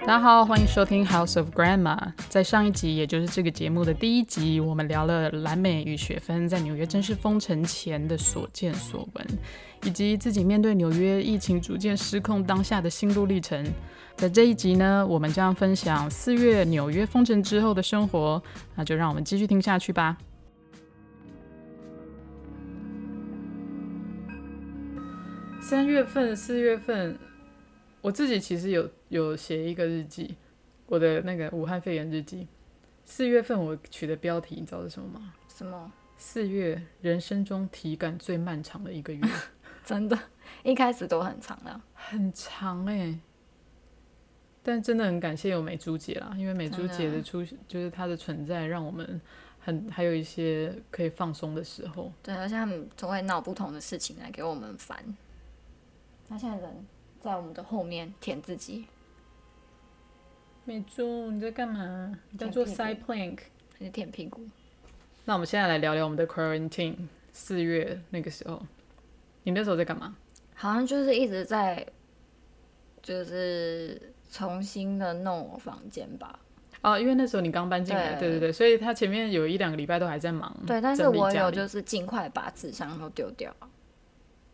大家好，欢迎收听 House of Grandma。在上一集，也就是这个节目的第一集，我们聊了蓝美与雪芬在纽约正式封城前的所见所闻，以及自己面对纽约疫情逐渐失控当下的心路历程。在这一集呢，我们将分享四月纽约封城之后的生活。那就让我们继续听下去吧。三月份、四月份，我自己其实有有写一个日记，我的那个武汉肺炎日记。四月份我取的标题，你知道是什么吗？什么？四月人生中体感最漫长的一个月，真的， 一开始都很长啊。很长哎、但真的很感谢有美珠姐啦，因为美珠姐的出就是她的存在，让我们很还有一些可以放松的时候。对，而且他们总会闹不同的事情来给我们烦。他现在人在我们的后面舔自己，美珠，你在干嘛？你在在做屁股 side plank。还是舔屁股？那我们现在来聊聊我们的 quarantine。四月那个时候，你那时候在干嘛？好像就是一直在，就是重新的弄我房间吧。哦，因为那时候你刚搬进来，对对对对，所以他前面有一两个礼拜都还在忙。嗯对，但是整理我家有里就是尽快把纸箱都丢掉，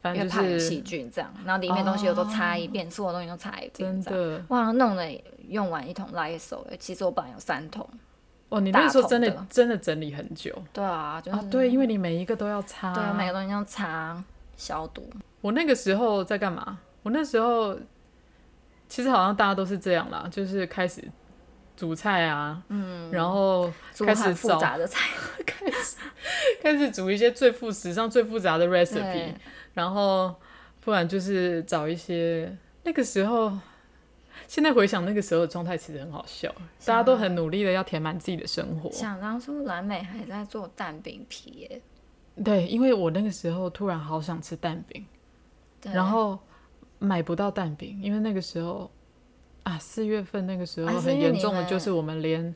反因为正怕就有细是菌这样。然后里面东西我都擦一遍，所有东西都擦一遍真这样。的我好像弄了用完一桶拉手，其实我本来有三桶。哦，你那时候真大桶的的真的整理很久对啊，就是、啊，对，因为你每一个都要擦。对，啊每个东西要擦消毒。我那个时候在干嘛？我那时候其实好像大家都是这样啦，就是开始煮菜啊，嗯，然后煮开很始复找杂的菜，开始煮一些最复时尚、最复杂的 recipe，对然后不然就是找一些那个时候，现在回想那个时候的状态，其实很好笑，啊大家都很努力的要填满自己的生活。想当初蓝美还在做蛋饼皮耶，对，因为我那个时候突然好想吃蛋饼，对然后买不到蛋饼，因为那个时候啊，四月份那个时候啊是很因为严你重的们就是我们连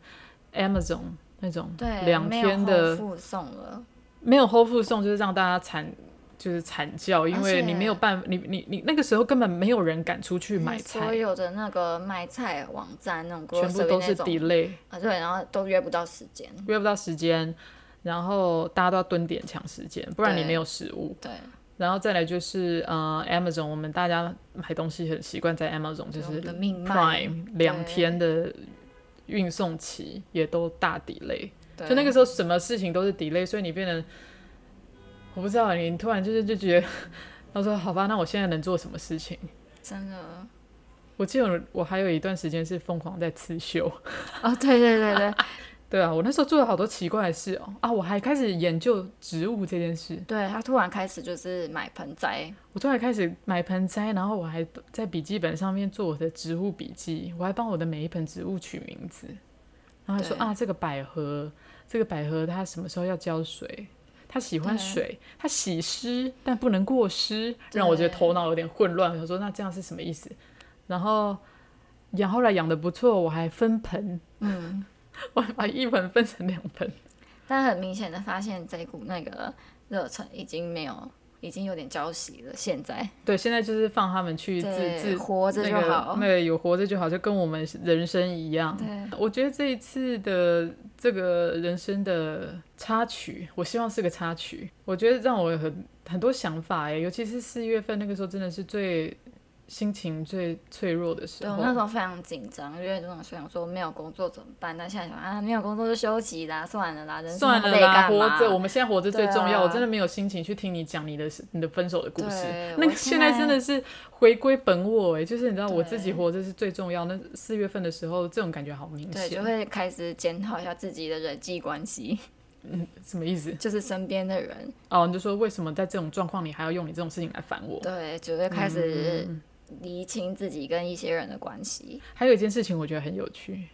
Amazon 那种对两没有天的后附送了，没有 Whole Food 送，就是让大家惨，就是惨叫，因为而且你没有办法，你你你那个时候根本没有人敢出去买所菜，有的那个卖菜网站那种全部 grocery 都是那种 delay，啊，对，然后都约不到时间，约不到时间，然后大家都要蹲点抢时间，不然你对没有食物。对，然后再来就是呃 Amazon，我们大家买东西很习惯在 Amazon，就我们是的命脉， Prime 两天的运送期也都大 delay。对就那个时候什么事情都是 delay，所以你变成我不知道，你突然就是就觉得， 他说好吧，那我现在能做什么事情？真的，我记得我还有一段时间是疯狂在刺绣，哦，对对对对对啊，我那时候做了好多奇怪的事哦、啊，我还开始研究植物这件事，对，他突然开始就是买盆栽，我突然开始买盆栽，然后我还在笔记本上面做我的植物笔记，我还帮我的每一盆植物取名字，然后还说对啊，这个百合，这个百合它什么时候要浇水？它喜欢对水，它喜湿，但不能过湿，让我觉得对头脑有点混乱。我想说那这样是什么意思？然后养后来养的不错，我还分盆， 嗯，我还把一盆分成两盆。但很明显的发现这一股那个热忱已经没有，已经有点交集了，现在。对，现在就是放他们去自对自活着就那个好那个有活着就好，就跟我们人生一样。对，我觉得这一次的这个人生的插曲，我希望是个插曲。我觉得让我有很很多想法欸耶，尤其是四月份那个时候，真的是最心情最脆弱的时对我那时候。候非常紧张，因为那种想说没有工作怎么办？但现在想啊，没有工作就休息啦，算了啦，人生算那么了累啦，干活嘛着，我们现在活着最重对要。啊我真的没有心情去听你讲你的你的分手的故事对。那个我现现在在真的是回归本我哎，就是你知道我自己对活着是最重要。那四月份的时候，这种感觉好明对，就显。会开始检讨一下自己的人际关系， 什么意思？就是身边的人，哦，你就说为什么在这种状况你还要用你这种事情来烦我？嗯对，就会开始厘清自己跟一些人的关系。 还有一件事情我觉得很有趣，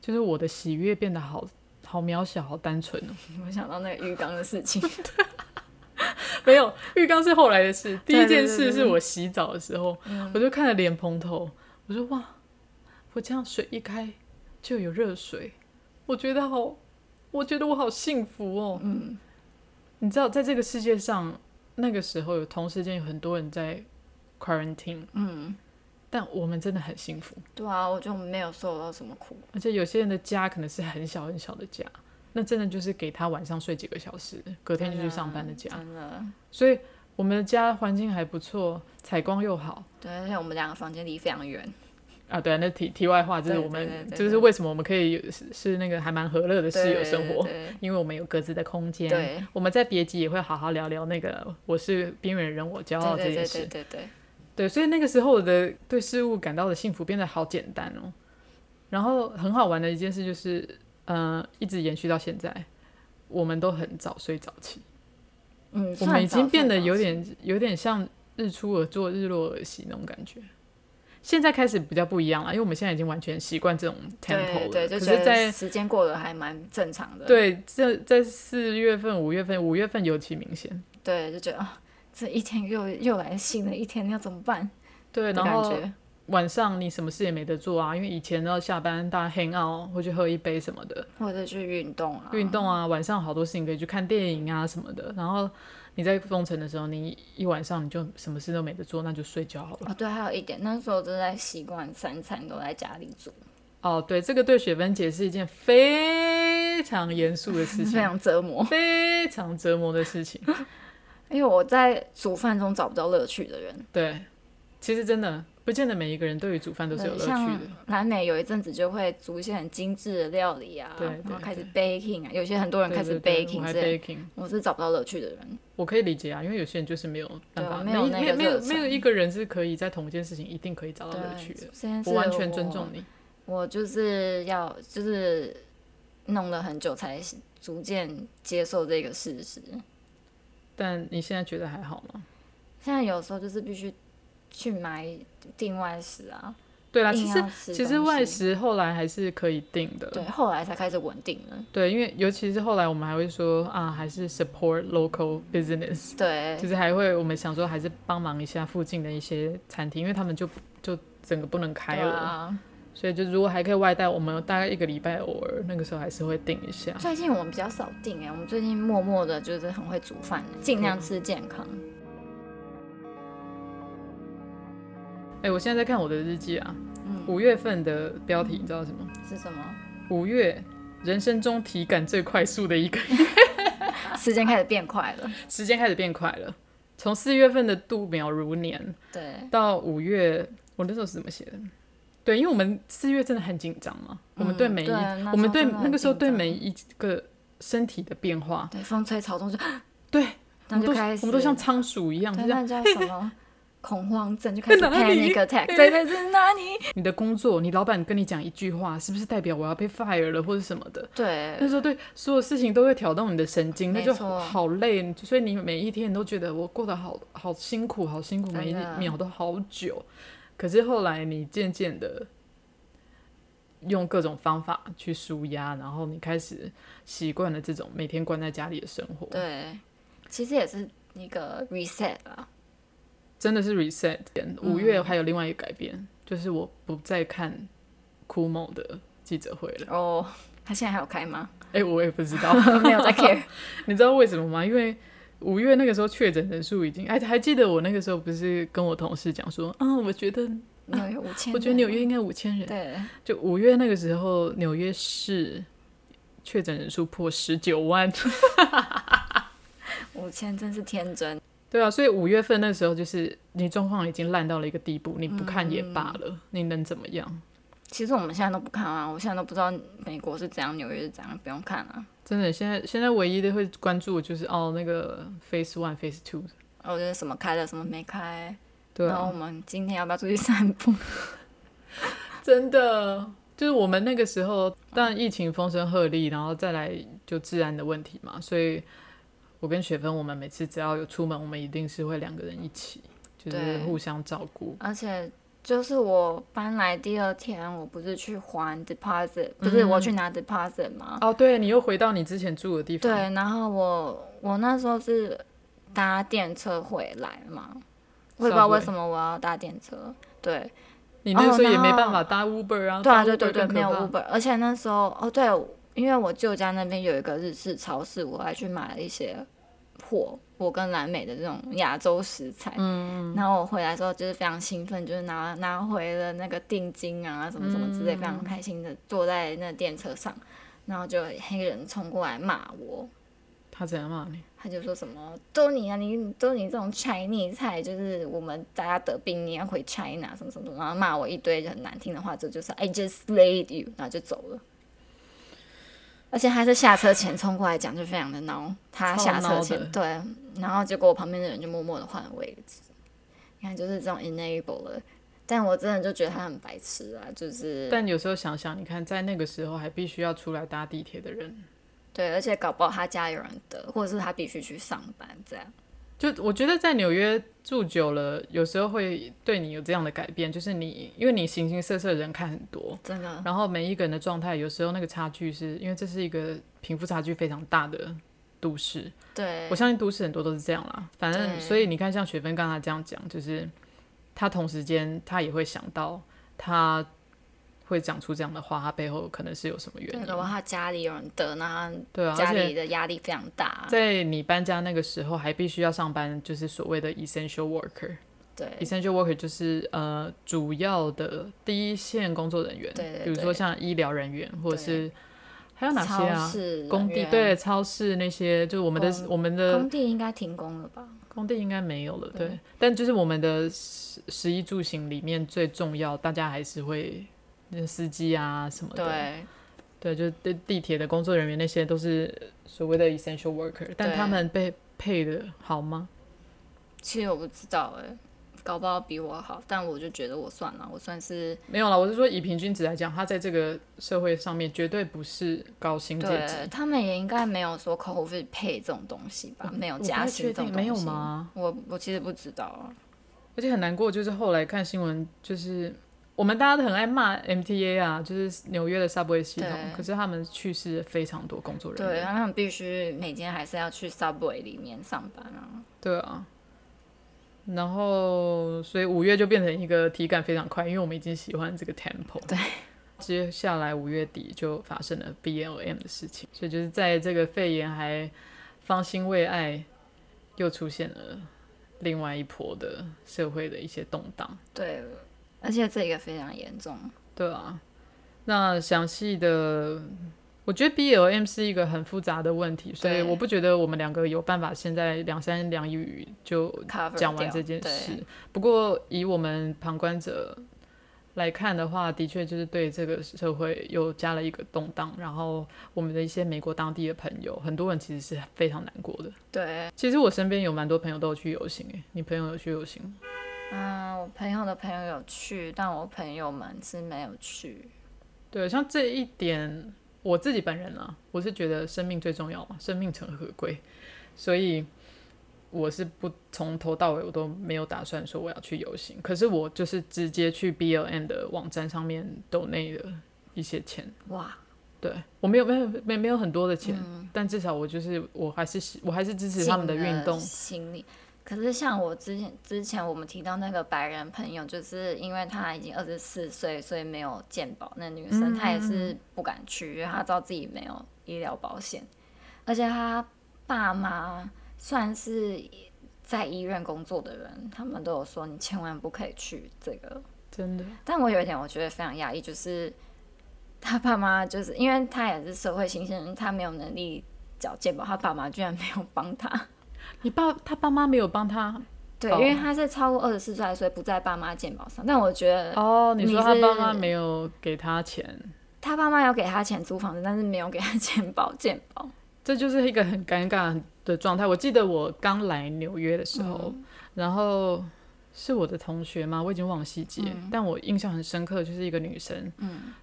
就是我的喜悦变得好好渺小、好单纯哦。我想到那个浴缸的事情， 没有，浴缸是后来的事。第一对对件对事对嗯是我洗澡的时候，我就看着莲蓬头，我说哇，我这样水一开就有热水，我觉得好，我觉得我好幸福哦。嗯，你知道，在这个世界上，那个时候有同时间有很多人在 quarantine，嗯，但我们真的很幸福，对啊，我就没有受到什么苦。而且有些人的家可能是很小很小的家，那真的就是给他晚上睡几个小时，隔天就去上班的家。啊真的，所以我们的家环境还不错，采光又好对，而且我们两个房间离非常远，啊。对啊，那题题外话就是对我们对对对就是为什么我们可以有是是那个还蛮和乐的室友对生活，对因为我们有各自的空间。对我们在别集也会好好聊聊那个我是边缘人，我骄傲这对件对对事。对对对，对，所以那个时候我的对事物感到的幸福变得好简单哦。然后很好玩的一件事就是，呃，一直延续到现在，我们都很早睡早起，嗯，我算们已早经变算得早有起点有点像日出而作，日落而息那种感觉。现在开始比较不一样了，因为我们现在已经完全习惯这种 tempo 了。对对，就可觉是得在，时间过得还蛮正常的。对这在四月份、五月份、五月份尤其明显。对，就觉得、啊这一天又又来新的一天，要怎么办？对，的然感后觉晚上你什么事也没得做啊，因为以前要下班大家 hang out 会去喝一杯什么的，或者去运动啊，运动啊，晚上好多事情可以去看电影啊什么的。然后你在封城的时候，你一晚上你就什么事都没得做，那就睡觉好了。哦，对，还有一点，那时候真的在习惯三餐都在家里煮，哦，对，这个对雪芬姐是一件非常严肃的事非情，常折磨。 非常折磨的事情。因为我在煮饭中找不到乐趣的人，对，其实真的不见得每一个人对于煮饭都是有对乐趣像的。南美有一阵子就会煮一些很精致的料理啊，对然后对开始对 baking 啊，有些很多人对开始对对我 baking 还之类， baking。我是找不到乐趣的人。我可以理解啊，因为有些人就是没有办法，对没有那没个没有热没忱有一个人是可以在同一件事情一定可以找到乐对，趣的。这件事我完全尊重我你，我就是要就是弄了很久才逐渐接受这个事实。但你现在觉得还好吗？现在有时候就是必须去买订外食啊，对啦，硬其要实吃其实东外西食后来还是可以定的，对，后来才开始稳定了。对因为尤其是后来我们还会说啊，还是 support local business，对就是还会我们想说还是帮忙一下附近的一些餐厅，因为他们就就整个不能开对了，啊。所以就如果还可以外带，我们大概一个礼拜偶尔那个时候还是会定一下。最近我们比较少订哎、我们最近默默的就是很会煮饭，尽嗯量吃健康。哎、我现在在看我的日记啊，嗯，五月份的标题你知道是什么？是什么？五月，人生中体感最快速的一个 月，时间开始变快了。时间开始变快了。从四月份的度秒如年对，到五月，我那时候是怎么写的？对，因为我们四月真的很紧张嘛，我们对每一，嗯对啊那时候我们对真的很那个时候对紧张每一个身体的变化，对，风吹草动就对，我然们都后就是开我始，们都像仓鼠一样，就对，这样那叫什么恐慌症，就开始在哪里 panic attack。对对对，那你你的工作，你老板跟你讲一句话，是不是代表我要被 fire 了或者什么的？对那时候对所有事情都会挑动你的神经，那没就错好累。所以你每一天都觉得我过得好好辛苦，好辛苦，真的啊每一秒都好久。可是后来你渐渐的用各种方法去舒压，然后你开始习惯了这种每天关在家里的生活，对，其实也是一个 reset 啊。真的是 reset。五嗯月还有另外一个改变，就是我不再看酷某的记者会了。哦，他现在还有开吗？ 哎、我也不知道。没 有在 care。你知道为什么吗？因为五月那个时候确诊人数已经，哎，还记得我那个时候不是跟我同事讲说，啊，我觉得，纽约五千，我觉得纽约应该五千人。对，就五月那个时候，纽约市确诊人数破十九万。 五千真是天真。对啊，所以五月份那时候就是你状况已经烂到了一个地步，你不看也罢了，嗯你能怎么样？其实我们现在都不看啊，我现在都不知道美国是怎样，纽约是怎样，不用看啊。真的，现在现在唯一的会关注的就是哦，那个 Phase One、Phase Two，哦，就是什么开了，什么没开。对然啊后我，们今天要不要出去散步？真的，就是我们那个时候，当然疫情风声鹤唳，然后再来就治安的问题嘛，所以我跟雪芬，我们每次只要有出门，我们一定是会两个人一起，就是对互相照顾。而且就是我搬来第二天，我不是去还 deposit，不是我去拿 deposit 吗？哦，对，你又回到你之前住的地对方，，然后我我那时候是搭电车回来嘛，我也不知道 Subway 为什么我要搭电车。对，你那个时候哦也没然后办法搭 Uber 啊，对搭啊，对对 Uber 对，更可没有怕 Uber，而且那时候哦，对，因为我舅家那边有一个日式超市，我还去买了一些破我跟蓝美的这种亚洲食材。嗯，然后我回来之后就是非常兴奋，就是拿拿回了那个定金啊，什么什么之类，非嗯常开心的坐在那电车上，然后就有黑人冲过来骂我，他怎样骂你？他就说什么都你啊，你都你这种 Chinese 菜，就是我们大家得病，你要回 China 什么什么，然后骂我一堆很难听的话，这就是 I just slayed you，然后就走了。而且他是下车前冲过来讲，就非常的孬。他下车超孬的前对，然后结果我旁边的人就默默的换了位置。你看，就是这种 enable 了，但我真的就觉得他很白痴啊，就是但有时候想想，你看在那个时候还必须要出来搭地铁的人，对，而且搞不好他家有人得，或者是他必须去上班这样。就我觉得在纽约住久了，有时候会对你有这样的改变，就是你因为你形形色色的人看很多，真的，然后每一个人的状态，有时候那个差距是因为这是一个贫富差距非常大的都市，对我相信都市很多都是这样啦。反正，对所以你看，像雪芬刚才这样讲，就是他同时间他也会想到，他会讲出这样的话，他背后可能是有什么原对，因搞。不好他家里有人得，那对啊而他，嗯家且里的压力非常大。在你搬家那个时候，还必须要上班，就是所谓的 essential worker。对 essential worker 就是呃主要的第一线工作人员，对对比如说像医疗人员，或者是还有哪些超啊？市、工地对，呃超市那些，就是我们的我们的工地应该停工了吧？工地应该没有了，对。对但就是我们的食食衣住行里面最重要，大家还是会那司机啊什么的，对，对，就是地地铁的工作人员那些都是所谓的 essential worker，但他们被配的好吗？其实我不知道哎、搞不好比我好，但我就觉得我算了，我算是没有啦，我是说以平均值来讲，他在这个社会上面绝对不是高薪阶级对，他们也应该没有说 COVID pay 这种东西吧，没有哦我不加太薪确这种定东西没有？吗？我我其实不知道啊，而且很难过，就是后来看新闻，就是我们大家都很爱骂 MTA 啊，就是纽约的 subway 系统，对可是他们去世了非常多工作人员对，。他们必须每天还是要去 Subway 里面上班啊，对啊，然后所以五月就变成一个体感非常快，因为我们已经喜欢这个 tempo。对。 接下来五月底就发生了 BLM 的事情，所以就是在这个肺炎还方兴未艾，又出现了另外一波的社会的一些动荡。对，而且这个非常严重，对啊，那详细的，我觉得 BLM 是一个很复杂的问题，所以对我不觉得我们两个有办法现在两三两语就 cover 讲完掉这件对事。不过以我们旁观者来看的话，的确就是对这个社会又加了一个动荡。然后我们的一些美国当地的朋友，很多人其实是非常难过的。对，其实我身边有蛮多朋友都有去游行，诶，你朋友有去游行吗？嗯，我朋友的朋友有去，但我朋友们是没有去。对，像这一点，我自己本人啊，我是觉得生命最重要嘛，生命诚可贵，所以我是不从头到尾我都没有打算说我要去游行，可是我就是直接去 B L M 的网站上面抖内的一些钱，哇，对我没有没有没没有很多的钱，嗯但至少我就是我还是喜我还是支持他们的尽了运动，心理。可是像我之前之前我们提到那个白人朋友，就是因为她已经二十四岁，所以没有健保。那女生她也嗯是不敢去，因为她知道自己没有医疗保险，而且她爸妈算是在医院工作的人，他们都有说你千万不可以去这个真的，但我有一点我觉得非常压抑，就是他爸妈就是因为他也是社会新鲜人，他没有能力缴健保，他爸妈居然没有帮 他。你爸他爸妈没有帮他对，哦因为他是超过二十四岁，所以不在爸妈健保上。但我觉得哦，你呃你说他爸是妈没有给他钱，他爸妈有给他钱租房子，但是没有给他健保健保。这就是一个很尴尬的状态。我记得我刚来纽约的时候，嗯然后是我的同学嘛，我已经忘了细节，嗯但我印象很深刻，就是一个女生，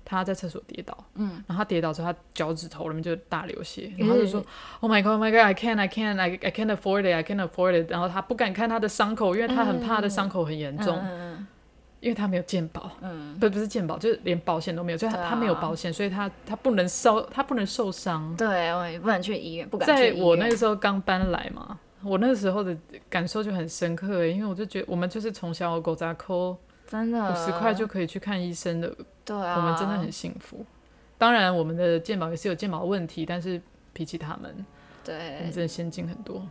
她在厕所跌倒，嗯，然后她跌倒之后，她脚趾头里面就大流血，然后她就说、o h my God, Oh my God, I can't, I can't, I I can't afford it, I can't afford it。”然后她不敢看她的伤口，因为她很怕她的伤口很严重，嗯因为她没有健保。嗯，不不是健保，就是连保险都没有，所以她、对啊她没有保险，所以她她不能受她不能受伤， 对，我也不能去医院，不敢去医在院。我那个时候刚搬来嘛，我那个时候的感受就很深刻欸，因为我就觉得我们就是从小狗杂抠真的五十块就可以去看医生的，嗯对啊，我们真的很幸福。当然，我们的健保也是有健保问题，但是比起他们，我对们真的先进很多。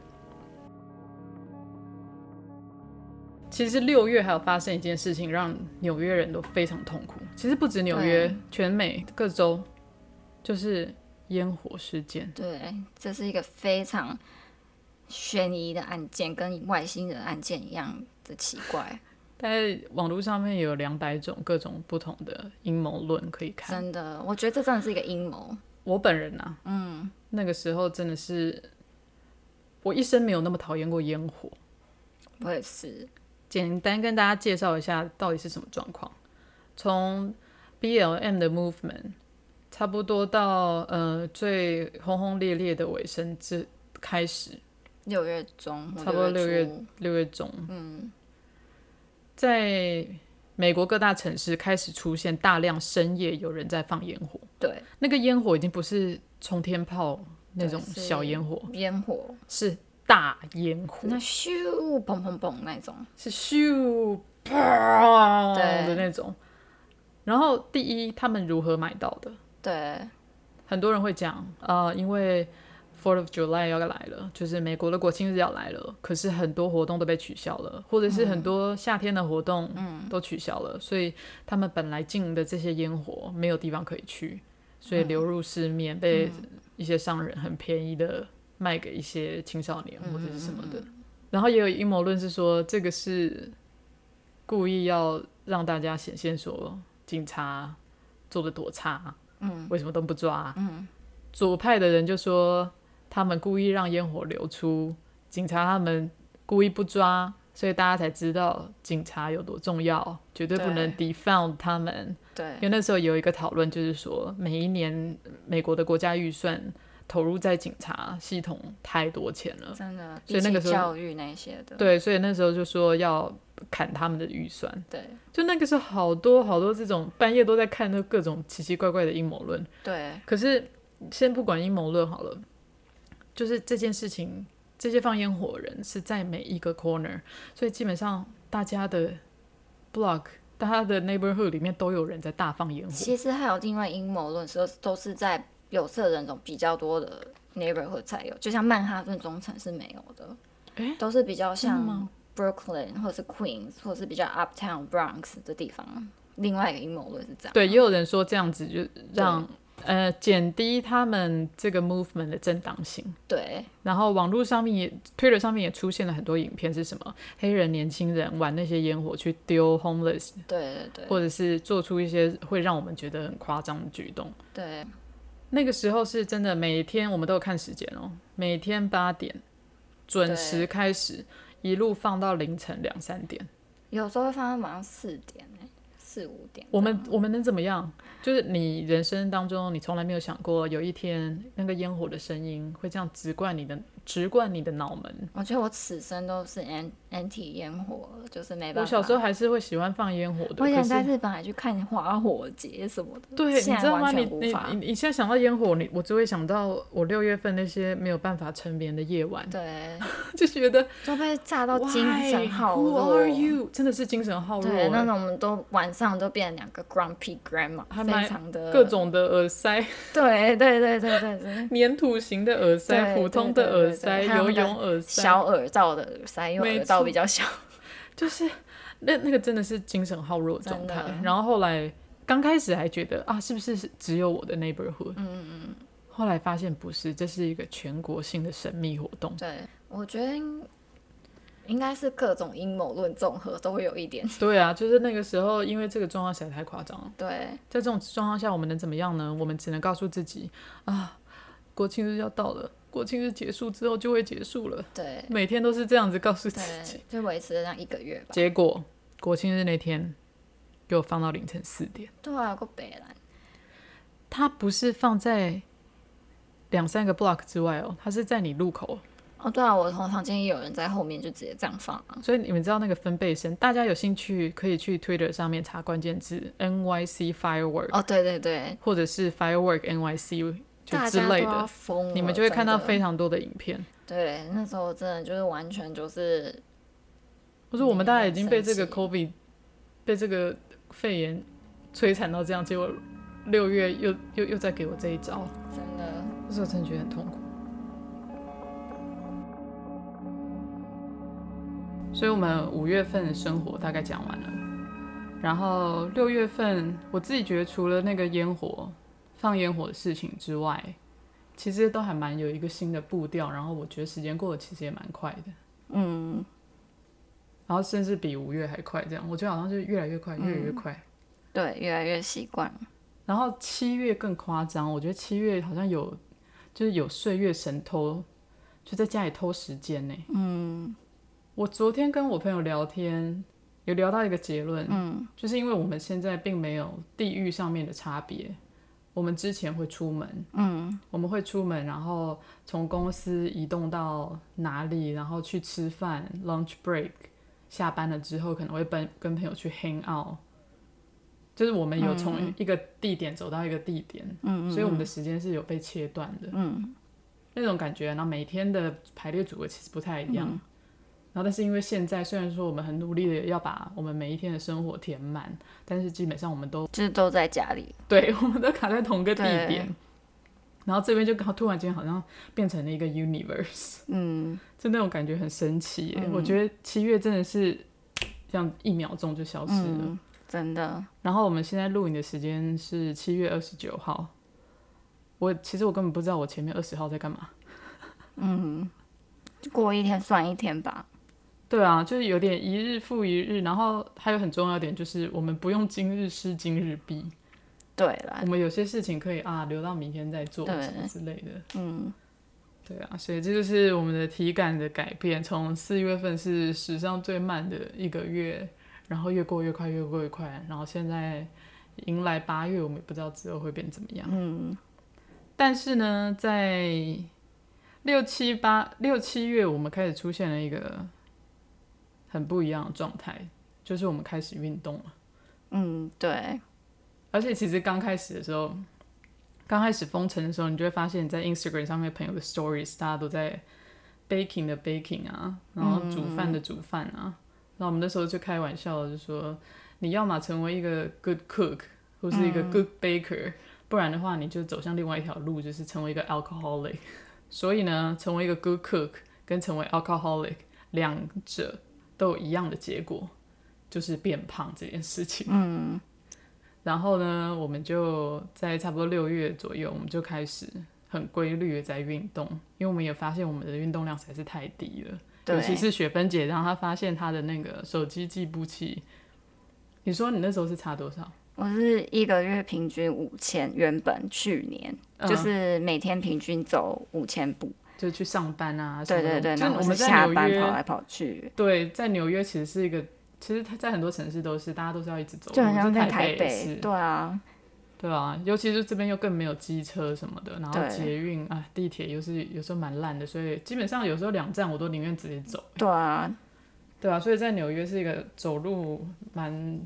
其实六月还有发生一件事情，让纽约人都非常痛苦。其实不止纽约对，全美各州就是烟火事件。对，这是一个非常悬疑的案件，跟外星人案件一样的奇 怪，在网络上面有两百种各种不同的阴谋论可以看。真的，我觉得这真的是一个阴谋。我本人啊，嗯，那个时候真的是我一生没有那么讨厌过烟火。我也是，简单跟大家介绍一下到底是什么状况。从 BLM 的 movement，差不多到呃最轰轰烈烈的尾声之开始，六月中，差不多六月初六月中，嗯，在美国各大城市开始出现大量深夜有人在放烟火，对那个烟火已经不是冲天炮那种对是小烟火，烟火，是大烟火，那咻砰砰砰那种，是咻啪对的那种。然后第一，他们如何买到的？对很多人会讲，呃，因为 Fourth of July 要来了，就是美国的国庆日要来了，可是很多活动都被取消了，或者是很多夏天的活动都取消了，所以他们本来进的这些烟火没有地方可以去，所以流入市面，被一些商人很便宜的卖给一些青少年或者是什么的。然后也有阴谋论是说，这个是故意要让大家显现说警察做的多差，嗯，为什么都不抓？嗯，左派的人就说他们故意让烟火流出，警察他们故意不抓，所以大家才知道警察有多重要，绝对不能 defund 他们。因对为那时候有一个讨论，就是说每一年美国的国家预算投入在警察系统太多钱了，真的，所以比那个起时候教育那些的，对，所以那时候就说要砍他们的预算。对就那个时候，好多好多这种半夜都在看那各种奇奇怪怪的阴谋论。对可是先不管阴谋论好了，就是这件事情，这些放烟火的人是在每一个 corner，所以基本上大家的 block、大家的 neighborhood 里面都有人在大放烟火。其实还有另外阴谋论，说都是在有色人种比较多的 neighborhood 才有，就像曼哈顿中城是没有的，诶都是比较真的像吗 Brooklyn 或是 Queens 或是比较 uptown Bronx 的地方。另外一个阴谋论是这样，对，也有人说这样子就让呃减低他们这个 movement 的正当性。对然后网络上面也，Twitter 上面也出现了很多影片，是什么黑人年轻人玩那些烟火去丢 homeless，对对对或者是做出一些会让我们觉得很夸张的举动。对，那个时候是真的，每天我们都有看时间哦，每天八点准时对开始，一路放到凌晨两三点。有时候会放到晚上四点、欸、四五点这样。我们我们能怎么样？就是你人生当中，你从来没有想过有一天那个烟火的声音会这样直灌你的直灌你的脑门。我觉得我此生都是 anti anti 烟火了，就是没办法。我小时候还是会喜欢放烟火的，我以可前在是日本还去看花火节 什么的，对，你现知在道吗？完你全无你法。你你现在想到烟火，你我只会想到我六月份那些没有办法成眠的夜晚， 对，就觉得就被炸到精 Why? 神耗 Who 弱。 are you？真的是精神耗弱对，那欸，种我们都晚上都变两个 grumpy grandma，还蛮非常的各。种的耳塞， 对对对对对对，粘土型的耳塞，对普对通对的对耳对塞，还有游那个泳耳塞，小耳罩的耳塞，因为没耳道错比较小。就是那那个真的是精神耗弱的状态真的。然后后来刚开始还觉得啊，是不是是只有我的 neighborhood？嗯嗯。后来发现不是，这是一个全国性的神秘活 动。对，我觉得应应该是各种阴谋论综合都会有一点。对啊，就是那个时候，因为这个状况实在太夸张了。对在这种状况下，我们能怎么样呢？我们只能告诉自己啊，国庆日要到了，国庆日结束之后就会结束了。对每天都是这样子告诉自己。对，就维持了那一个月吧。结果国庆日那天给我放到凌晨四点。对啊，有个北兰。它不是放在两三个 block 之外哦，它是在你路口，哦，对啊，我同房间也有人在后面就直接这样放啊。所以你们知道那个分贝声。大家有兴趣可以去 Twitter 上面查关键字 NYC firework，、哦，对对对，或者是 firework NYC 就大之家都类要的，疯了，你们就会看到真的非常多的影片。对，那时候真的就是完全就是我说我们大家已经被这个很 COVID 被这个肺炎摧残到这样，结果六月又又又再给我这一招，真的。那时候真的觉得很痛苦。所以我们五月份的生活大概讲完了，然后六月份我自己觉得除了那个烟火放烟火的事情之外，其实都还蛮有一个新的步调，然后我觉得时间过得其实也蛮快的，嗯，然后甚至比五月还快，这样我觉得好像是越来越快，越来越快。对，越来越习惯了。然后七月更夸张，我觉得七月好像有就是有岁月神偷，就在家里偷时间呢。嗯我昨天跟我朋友聊天，有聊到一个结论，嗯就是因为我们现在并没有地域上面的差别，我们之前会出门，嗯我们会出门，然后从公司移动到哪里，然后去吃饭，lunch break，下班了之后可能会跟跟朋友去 hang out，就是我们有从一个地点走到一个地点，嗯所以我们的时间是有被切断的。嗯那种感觉，啊然后每天的排列组合其实不太一样。嗯然后，但是因为现在虽然说我们很努力的要把我们每一天的生活填满，但是基本上我们都 嗯，就是都在家里。对，我们都卡在同个地对点。然后这边就刚好突然间好像变成了一个 universe，嗯，就那种感觉很神奇耶。我觉得七月真的是这样一秒钟就消失了。嗯，真的。然后我们现在录影的时间是七月二十九号。我其实我根本不知道我前面二十号在干嘛。过一天算一天吧。对啊，就是有点一日复一日，然后还有很重要一点就是，我们不用今日事今日毕，对啦我，们有些事情可以啊留到明天再做对什么之类的。嗯，对啊，所以这就是我们的体感的改变，从四月份是史上最慢的一个月，然后越过越快，越过越快，然后现在迎来八月，我们也不知道之后会变怎么样。嗯，但是呢，在六七八六七月，我们开始出现了一个很不一样的状态，就是我们开始运动了。嗯，对，而且其实刚开始的时候，刚开始封城的时候，你就会发现，在 Instagram 上面朋友的 Stories，大家都在 baking 的 baking 啊，然后煮饭的煮饭啊。那、我们那时候就开玩笑，就说你要么成为一个 good cook 或是一个 good baker，、不然的话你就走向另外一条路，就是成为一个 alcoholic。所以呢，成为一个 good cook 跟成为 alcoholic 两者都有一样的结果，就是变胖这件事情。嗯然后呢，我们就在差不多六月左右，我们就开始很规律的在运动，因为我们也发现我们的运动量实在是太低了。对尤其是雪芬姐，让她发现她的那个手机计步器。你说你那时候是差多少？我是一个月平均五千，原本去年、嗯就是每天平均走五千步。就去上班啊什么对的，对对，就然后我是们在下纽班约跑来跑去，对，在纽约其实是一个，其实它在很多城市都是，大家都是要一直走路，就很像在在台也北。是对啊，对啊，尤其是这边又更没有机车什么的，然后对捷运啊、地铁又是有时候蛮烂的，所以基本上有时候两站我都宁愿直接走。对 啊，对啊，所以在纽约是一个走路蛮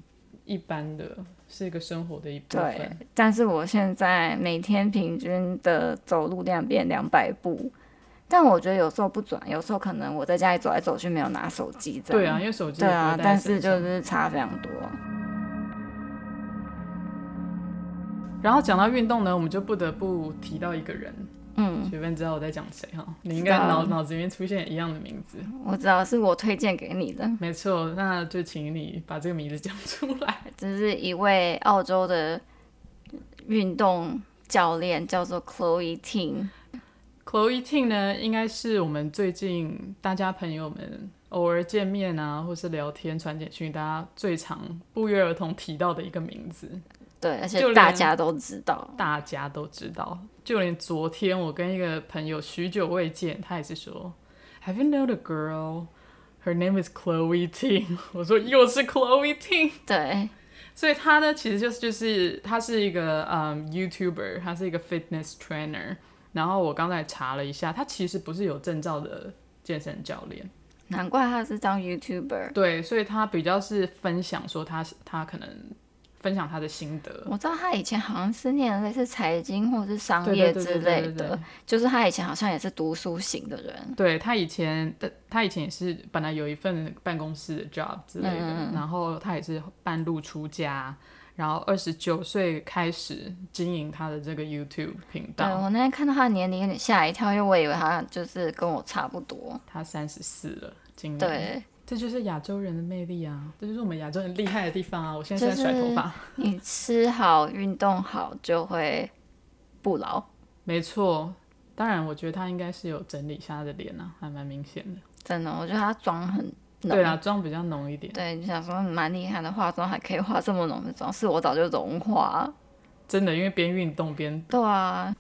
一般的，是一个生活的一部对分。。但是我现在每天平均的走路量变两百步，但我觉得有时候不准，有时候可能我在家里走来走去没有拿手机这对样。啊，因为手机对也不啊会，带但在身是就上。是差非常多。然后讲到运动呢，我们就不得不提到一个人，嗯，随便知道我在讲谁哈？你应知该道脑脑子里面出现一样的名字，我知道是我推荐给你的，没错，那就请你把这个名字讲出来。这是一位澳洲的运动教练，叫做 Chloe Ting。 Chloe Ting 呢，应该是我们最近大家朋友们偶尔见面啊，或是聊天传简讯，大家最常不约而同提到的一个名字，对，而就且连大家都知道。大家都知道。就连昨天我跟一个朋友许久未见，他也是说，Have you known a girl? Her name is Chloe Ting。我 说又是 Chloe Ting。对，所以他呢，其实就是就是他是一个嗯 YouTuber，他是一个 fitness trainer。然后我刚才查了一下，他其实不是有证照的健身教练，难怪他是当 YouTuber。对，所以他比较是分享说他他可能分享他的心得，我知道他以前好像是念类似财经或是商对业对对之对类对对的，就是他以前好像也是读书型的人。对他以前的他以前也是本来有一份办公室的 job 之嗯类的，然后他也是半路出家，然后二十九岁开始经营他的这个 YouTube 频对道，我那天看到他的年龄有点吓一跳，因为我以为他就是跟我差不多。他三十四了，今年对，这就是亚洲人的魅力啊，这就是我们亚洲人厉害的地方啊！我现在就在甩头发，你吃好、运动好就会不老。没错。当然，我觉得他应该是有整理一下他的脸啊，还蛮明显的。真的，我觉得她妆很浓。对啊啦，妆比较浓一点。对，就想说蛮厉害的，化妆还可以化这么浓的妆，是我早就融化。真的，因为边运动边……对啊，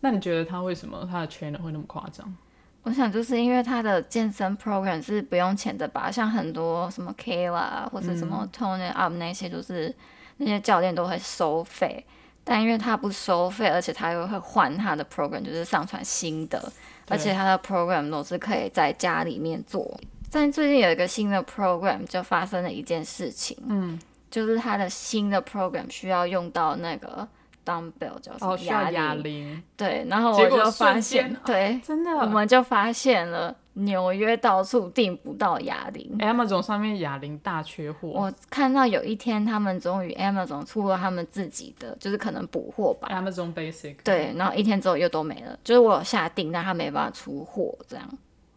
那你觉得他为什么他的 trainer 会那么夸张？我想就是因为她的健身 program 是不用钱的吧，像很多什么 Kla 或者什么 Tone Up 那些，就是那些教练都会收费。但因为她不收费，而且她又会换她的 program，就是上传新的，对而且她的 program 都是可以在家里面做。但最近有一个新的 program 就发生了一件事情，嗯，就是它的新的 program 需要用到那个 dumbbell 叫什么哦，需要哑哑铃，嗯铃，对，然后结我果就发瞬现间，对，真的。我们就发现了纽约到处订不到哑铃。哎 Amazon 上面哑铃大缺货我看到有一天他们终于 Amazon 出了他们自己的，就是可能补货吧， ，Amazon Basic。对，然后一天之后又都没了，就是我有下订，但他没办法出货这样。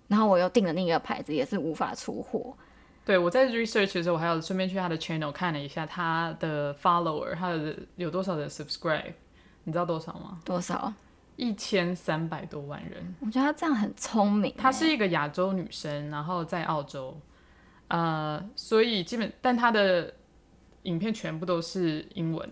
然后我又订了另一个牌子，也是无法出货。对，我在 research 的时候，我还有顺便去他的 channel 看了一下他的 follower，他的有多少的 subscribe，你知道多少吗？多少？一千三百多万人。我觉得他这样很聪明欸、她是一个亚洲女生，然后在澳洲，呃，所以基本，但她的影片全部都是英文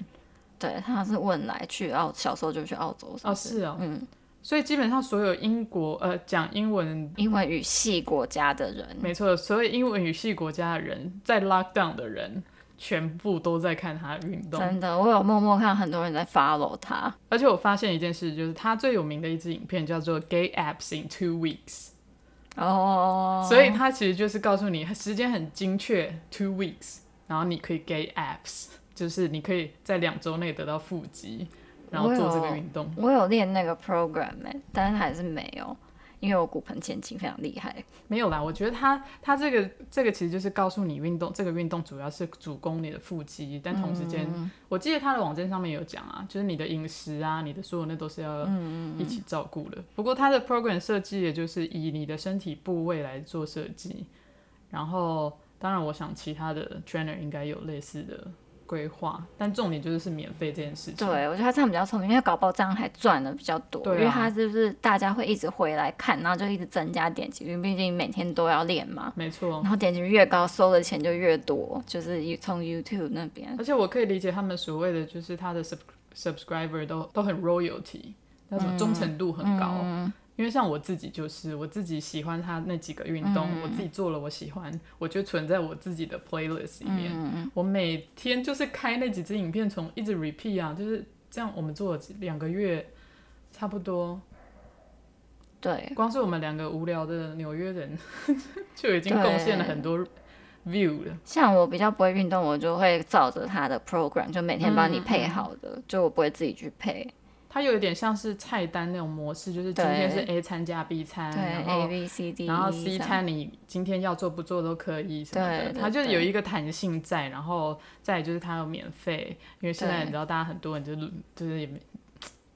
对，他是汶莱去澳，小时候就去澳洲是哦，不是是哦，嗯，所以基本上所有英国呃讲英文，英文语系国家的人，没错，所有英文语系国家的人在 lockdown 的人，全部都在看她运动，真的，我有默默看很多人在 follow 他。而且我发现一件事，就是他最有名的一支影片叫做《Gay Apps in Two Weeks》，哦，所以他其实就是告诉你时间很精确，two weeks，然后你可以 Gay Apps，就是你可以在两周内得到腹肌，然后做这个运动。我有练那个 program 哎、但是还是没有，因为我骨盆前倾非常厉害。没有啦，我觉得他他这个这个其实就是告诉你运动，这个运动主要是主攻你的腹肌，但同时间，我记得他的网站上面有讲啊，就是你的饮食啊，你的所有那都是要一起照顾的。不过他的 program 设计也就是以你的身体部位来做设计，然后当然我想其他的 trainer 应该有类似的规划，但重点就是是免费这件事情。对，我觉得他这样比较聪明，因为搞不好这样还赚的比较多，对啊因为他就是大家会一直回来看，然后就一直增加点击率，毕竟每天都要练嘛。没错，然后点击率越高，收的钱就越多，就是从 YouTube 那 边。而且我可以理解他们所谓的，就是他的 sub subscriber 都都很 royalty，那种忠诚度很高。嗯因为像我自己就是，我自己喜欢他那几个运动，嗯我自己做了我喜欢，我就存在我自己的 playlist 里嗯面。我每天就是开那几支影片，从一直 repeat 啊，就是这样。我们做了几两个月，差不多，对，光是我们两个无聊的纽约人 就已经对贡献了很多 view 了。像我比较不会运动，我就会照着他嗯的 program，就每天帮你配好的，就我不会自己去配。它有一点像是菜单那种模式，就是今天是对 A 餐加 B 餐，对哎然，A 后 B C D，然后 E C 这样餐你今天要做不做都可以什么的，对对它就对有一个弹性在，然后再来就是它有免费，因为现在对你知道大家很多人就就是也没，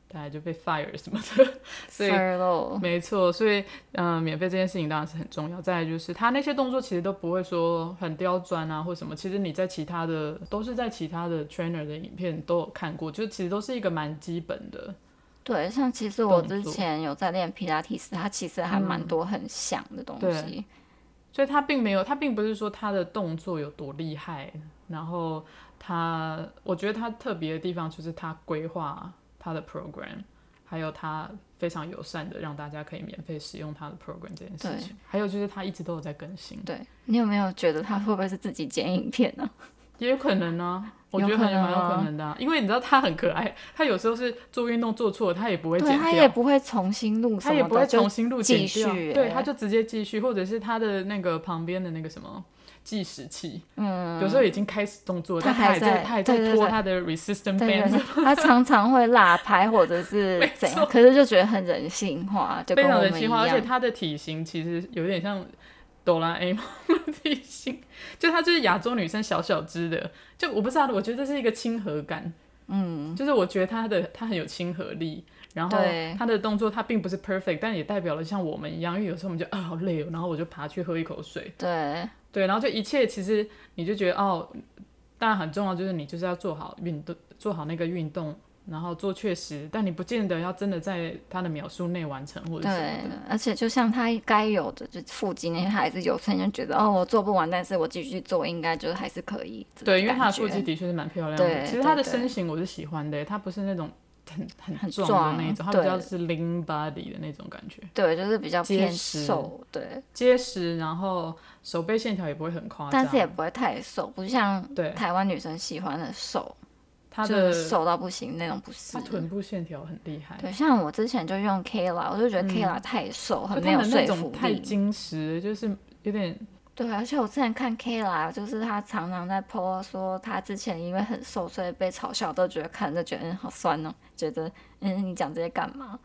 大家就被 fire 什么的，所以 furlough，没错，所以嗯、呃免费这件事情当然是很重要。再来就是他那些动作其实都不会说很刁钻啊或什么，其实你在其他的都是在其他的 trainer 的影片都有看过，就其实都是一个蛮基本的。对，像其实我动之作嗯前有在练皮拉提斯，它其实还蛮多很像的东西。所以他并没有，他并不是说他的动作有多厉害，然后他，我觉得他特别的地方就是他规划他的 program，还有他非常友善的让大家可以免费使用他的 program 这件事情，还有就是他一直都有在更新，对你有没有觉得他会不会是自己剪影片呢、也有可能呢、我觉有得可很能蛮有可啊能的啊、因为你知道他很可爱，他有时候是做运动做错了，他也不会对剪他也掉，不会重新录嗯什他么的，也不会重新录就剪继掉，续对，欸他就直接继续，或者是他的那个旁边的那个什么计时器，嗯，有时候已经开始动作，他但他还还在，在他还对在对拖对他的 resistance 对对 band，对，他常常会落拍或者 是没怎错样，可是就觉得很人性化，就非跟常我人们一性化，而且样。他的体型其实有点像哆啦 A 梦的体型，就他就是亚洲女生小小只的，就我不知道，我觉得这是一个亲和感，嗯，就是我觉得他的他很有亲和力。然后对他的动作，他并不是 perfect，但也代表了像我们一样，因为有时候我们就啊好累哦，然后我就爬去喝一口水，对，对，然后就一切其实你就觉得哦，当然很重要，就是你就是要做好运动，做好那个运动，然后做确实，但你不见得要真的在他的秒数内完成或者什么对的。，而且就像他该有的，就腹肌那些他还是有，所以你就觉得哦，我做不完，但是我继续做，应该就是还是可以。对，因为她他的腹肌的确是蛮漂亮对的。其实她的对对身形我是喜欢的，她不是那种很很很壮壮的那种，她比对较是 lean body 的那种感觉，对，就是比较结偏实瘦，对，结实，然后手背线条也不会很夸张，但是也不会太瘦，不像对台湾女生喜欢的瘦，她就的是瘦到不行那种，不是她。臀部线条很厉害，对，像我之前就用 Kla，我就觉得 Kla 太瘦，嗯就很没他有们说那服种太力。精实，就是有点对，而且我之前看 Kla，就是她常常在 po 说她之前因为很瘦，所以被嘲笑，都觉得看着觉得嗯好酸哦，觉得嗯你讲这些干嘛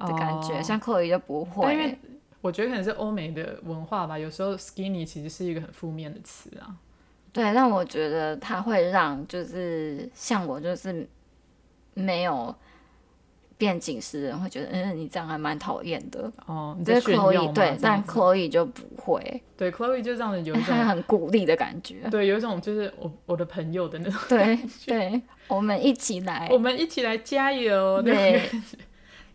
的感觉。哦像寇宇就不但因为会，我觉得可能是欧美的文化吧，有时候 skinny 其实是一个很负面的词啊。对，但我觉得他会让就是像我就是没有变紧实的人会觉得嗯你这样还蛮讨厌的。哦，你这在是炫耀 Chloe 吗？对，这样但子 Chloe 就不会，对 Chloe 就让人有一他 种很鼓励的感觉。对，有一种就是我我的朋友的那种， 对对，我们一起来我。们一起来加油。那种对感觉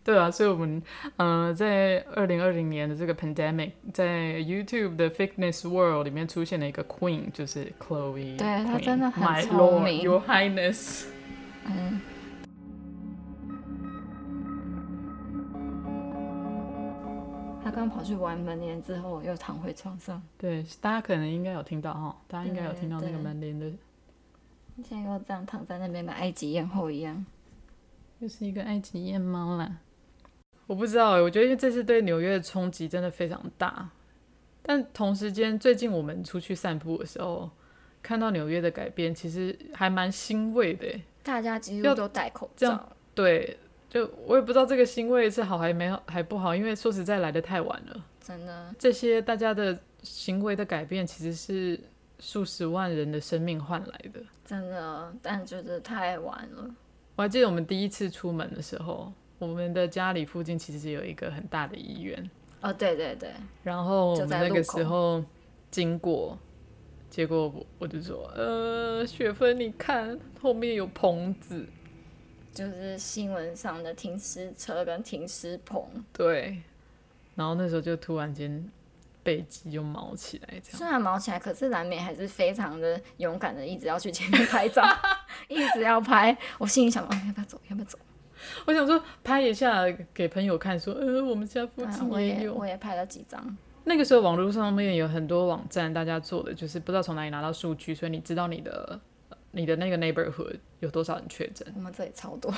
对啊，所以我们呃，在二零二零年的这个 pandemic，在 YouTube 的 Fitness World 里面出现了一个 Queen，就是 Chloe Queen。对她真的很 My 聪 Lord, 明 Your Highness。嗯，他刚跑去玩门帘之后，又躺回床上。对，大家可能应该有听到哈，大家应该有听到那对个对门铃的，现在又这样躺在那边，跟埃及艳后一样。又是一个埃及夜猫啦。我不知道哎、我觉得这次对纽约的冲击真的非常大，但同时间最近我们出去散步的时候，看到纽约的改变，其实还蛮欣慰的、欸。大家几乎要都戴口这罩样了，对，就我也不知道这个欣慰是好还没好还不好，因为说实在来的太晚了。真的。这些大家的行为的改变，其实是数十万人的生命换来的。真的，但就是太晚了。我还记得我们第一次出门的时候，我们的家里附近其实有一个很大的医院，哦，对对对，然后我就们在路那口个时候经过，结果我我就说，呃，雪芬，你看后面有棚子，就是新闻上的停尸车跟停尸棚，对，然后那时候就突然间背脊就毛起来，这样虽然毛起来，可是蓝莓还是非常的勇敢的，一直要去前面 拍照，一直要拍。我心里想，哦，要不要走？要不要走？我想说拍一下给朋友看，说，呃，我们家附啊近我也也有，我也拍了几张，那个时候网络上面有很多网站，大家做的就是不知道从哪里拿到数据，所以你知道你的你的那个 neighborhood 有多少人确诊，我们这里超多，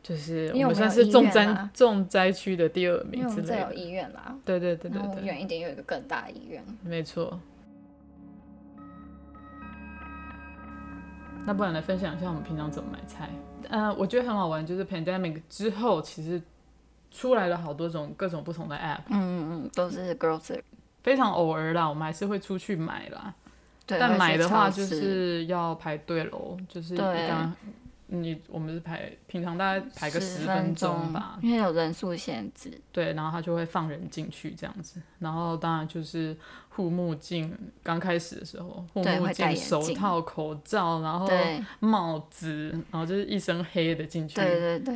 就是因为我们算们有是医重院灾、啊重灾区的第二因为名我之们这类有的。医院啦，对对对对然后对，嗯远一点有一个更大的医院。没错。那不然来分享一下我们平常怎么买菜？呃，我觉得很好玩，就是 pandemic 之后，其实出来了好多种各种不同的 app，嗯嗯，嗯，都是 grocery。非常偶尔啦，我们还是会出去买啦。对，但会买去的话超就市是要排队喽，就是一对般你我们是排平常大概排个10十分钟吧，因为有人数限制。对，然后他就会放人进去这样子，然后当然就是护目镜，刚开始的时候护对目会戴镜、眼手镜套、口罩，然后对帽子，然后就是一身黑的进去，啊对对对，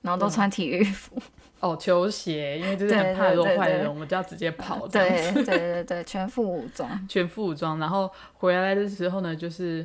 然后都穿体育服。哦，球鞋，因为就是对很怕对有对坏对呃人，我们就要直接跑这样子对对对对，全副武装。全副武装，然后回来的时候呢，就是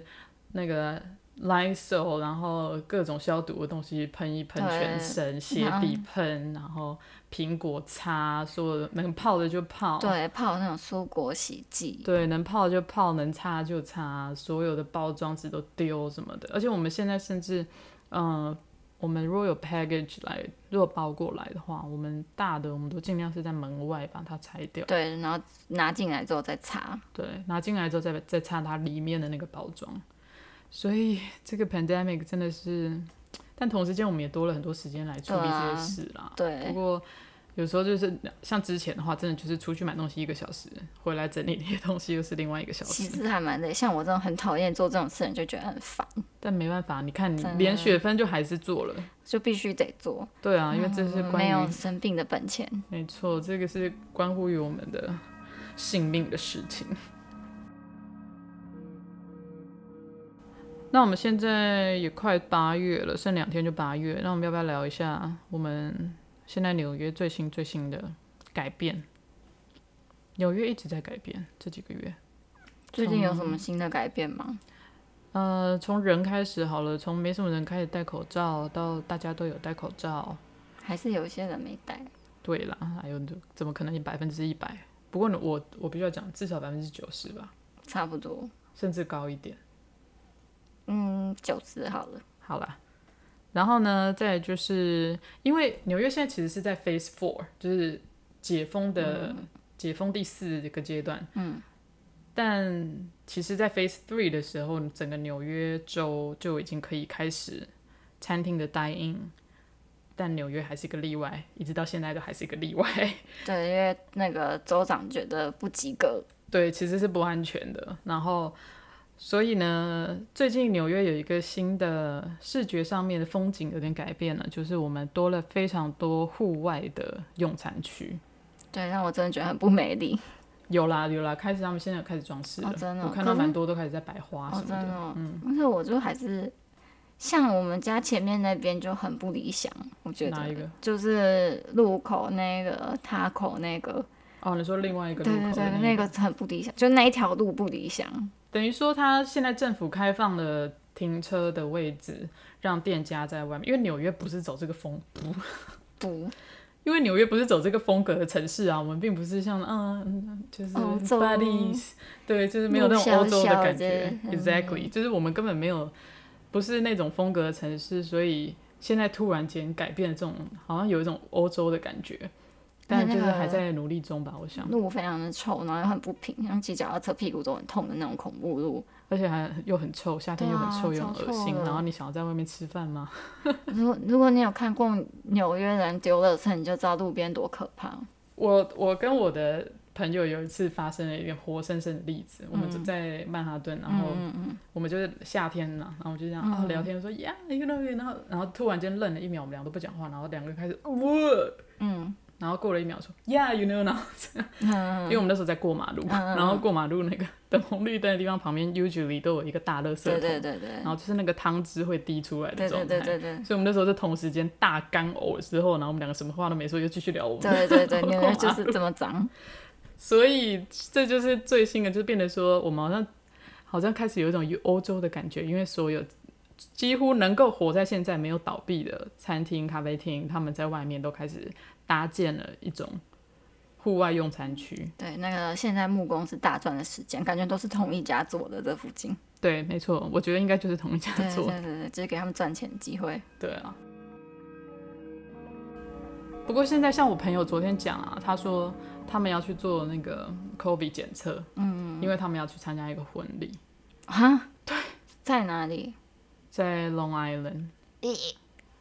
那个 Lysol，然后各种消毒的东西喷一喷对全身， 鞋底喷，然后苹果擦，所有的能泡的就泡，对，泡那种蔬果洗剂。对能泡就泡，能擦就擦，所有的包装纸都丢什么的。而且我们现在甚至，嗯、我们如果有 package 来，如果包过来的话，我们大的我们都尽量是在门外把它拆掉，对，然后拿进来之后再擦。对，拿进来之后再再擦它里面的那个包装。所以这个 pandemic 真的是，但同时间我们也多了很多时间来处理对这啊些事啦。不对过有时候就是像之前的话，真的就是出去买东西一个小时，回来整理那些东西又是另外一个小其时。实还蛮累，像我这种很讨厌做这种事，你就觉得很烦，但没办法，你看你真的连雪芬就还是做了。就必须得做。对啊，因为这是嗯关没于、有生病的本钱。没错，这个是关乎于我们的性命的事情。 那我们现在也快八月了，剩两天就八月，那我们要不要聊一下我们现在纽约最新最新的改变？纽约一直在改变，这几个月。最近有什嗯么新的改变吗？呃，从人开始好了，从没什么人开始戴口罩，到大家都有戴口罩。还是有一些人没戴？对啦，哎呦，怎么可能百分之一百？不过我我必须要讲，至少百分之九十吧，差不多，甚至高一点。嗯，九十好了。好啦，然后呢，再来就是因为纽约现在其实是在 Phase Four，就是解封的、解封第四个阶段。嗯。但其实，在 Phase Three 的时候，整个纽约州就已经可以开始餐厅的 dine in，但纽约还是一个例外，一直到现在都还是一个例外。对，因为那个州长觉得不及格。对，其实是不安全的。然后，所以呢，最近纽约有一个新的视觉上面的风景有点改变了，就是我们多了非常多户外的用餐区。对，让我真的觉得很不美丽。有啦有啦，开始他们现在有开始装饰了，哦真的哦我看到可是蛮多都开始在摆啊花什哦，么真的的。嗯哦、但是我就还是像我们家前面那边就很不理想，我觉哪一个得就是路口那个塔口那个，哦，你说另外一个对路对口的对，那那个很不理想，就那一条路不理想。等于说，它现在政府开放了停车的位置，让店家在外面，因为纽约不是走这个风，不，因为纽约不是走这个风格的城市啊，我们并不是像嗯，嗯就是欧洲 buddies，对，就是没有那种欧洲的感觉路小小的嗯，exactly，就是我们根本没有不是那种风格的城市，所以现在突然间改变了这种，好像有一种欧洲的感觉，但那就那是个还在努力中吧，我想，路非常的臭，然后又很不平，像骑脚踏车屁股都很痛的那种恐怖路。而且还又很臭，夏天又很臭对啊又很恶心，超臭的然后你想要在外面吃饭吗？如果如果你有看过纽约人丢垃圾，你就知道路边多可怕。我我跟我的朋友有一次发生了一个活生生的例子，我们嗯就在曼哈顿，然后我们就是夏天嘛，然后我们就这样、嗯啊聊天说呀，you know，you know，然后然后突然间愣了一秒，我们俩都不讲话，然后两个人开始哇，嗯，然后过了一秒说呀，you know，然后这样，因为我们那时候在过马路，嗯然后过马路那个等红绿灯的地方旁边，usually 都有一个大垃圾桶，对对对对然后就是那个汤汁会滴出来的对状对态，对对对。所以我们那时候就同时间大干呕之后，然后我们两个什么话都没说，就继续聊我们的 对对对，过纽马约路就是这么脏。所以这就是最新的，就变得说我们好像好像开始有一种欧洲的感觉，因为所有几乎能够活在现在没有倒闭的餐厅、咖啡厅，他们在外面都开始搭建了一种户外用餐区。对，那个现在木工是大赚的时间，感觉都是同一家做的这附近。对，没错，我觉得应该就是同一家对做对对对，就是给他们赚钱机会。对啊。不过现在像我朋友昨天讲啊，他说他们要去做那个 COVID 检测，嗯，因为他们要去参加一个婚礼，啊？对，在哪里？在 Long Island。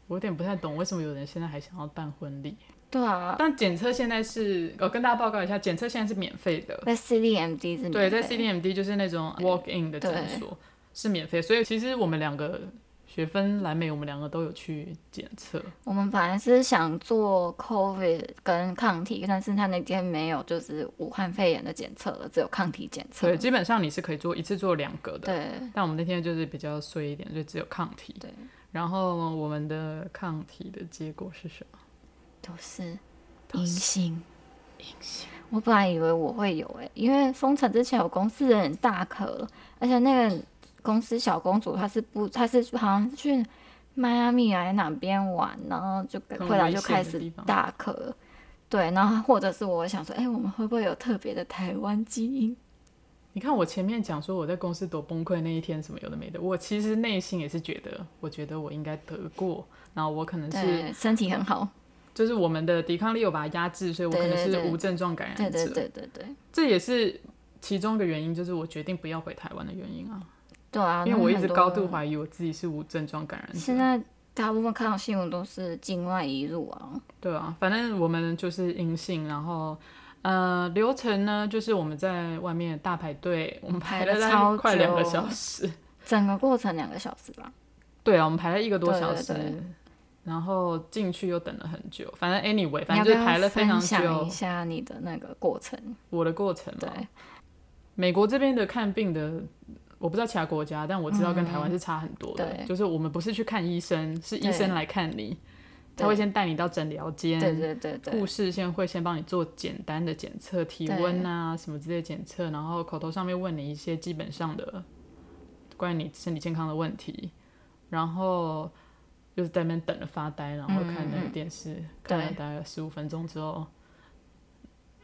我有嗯点不太懂为什么有人现在还想要办婚礼。对啊但检测现在是，我、跟大家报告一下，检测现在是免费的。在 CDMD 是免对，在费 CDMD 就是那种 walk in 的诊所是免费，所以其实我们两个学分蓝莓，我们两个都有去检测。我们本来是想做 COVID 跟抗体，但是他那天没有，就是武汉肺炎的检测了，只有抗体检测对，。基本上你是可以做一次做两个的。对但我们那天就是比较衰一点，就只有抗体。对，然后我们的抗体的结果是什么？都是阴性。我本来以为我会有诶、因为封城之前有公司人很大咳，而且那个公司小公主她是不，她是好像去迈阿密还哪边玩，然后就很回来危就险开的始地方大咳。对，然后或者是我想说，哎、我们会不会有特别的台湾基因？你看我前面讲说我在公司多崩溃那一天什么有的没的，我其实内心也是觉得，我觉得我应该得过，然后我可能是对，身体很好。就是我们的抵抗力有把它压制，所以我可能对是对对无症状感染者，对对对对对，这也是其中一个原因，就是我决定不要回台湾的原因啊，对啊，因为我一直高度怀怀疑我自己是无症状感染现者，在大部分看到新闻都是境外移入啊，对啊，反正我们就是阴性，然后。呃，流程呢，就是我们在外面大排队，我们排排了了大概超快两个久小时，整个过程两个小时吧。对啊，我们排了一个多小时，对对对然后进去又等了很久。反正 anyway，你反要正就不是要排了非常分享久啊一。下你的那个过程？我的过程嘛，对，美国这边的看病的我不知道其他国家，但我知道跟台湾是差很多的。嗯对就是我们不是去看医生，是医对生来看你，对他会先带你到诊疗间，对对对对护士先会先帮你做简单的检测，体温啊什么之类的检测，然后口头上面问你一些基本上的关于你身体健康的问题，然后就是在那边等着发呆，然后看那个电视，看了对大概十五分钟之后，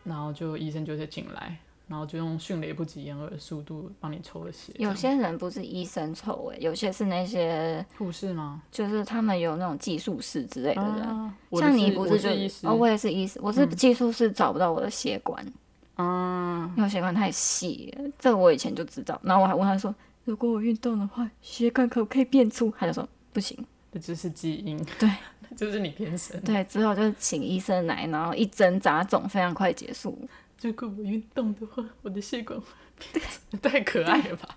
然后就医生就会进来，然后就用迅雷不及掩耳的速度帮你抽了血。有些人不是医生臭哎、有些是那些护士吗？就是他们有那种技术室之类的人，啊，我的像你是不我就是医师嗯哦，我也是医师，我是技术室找不到我的血管，啊，因为我血管太细了，这个我以前就知道。然后我还问他说，如果我运动的话，血管可不可以变粗？他就说不行。这只是基因， 对，就是你天生。对，之后就请医生来，然后一针扎肿，非常快结束。如果我运动的话，我的血 管会变太可爱了吧？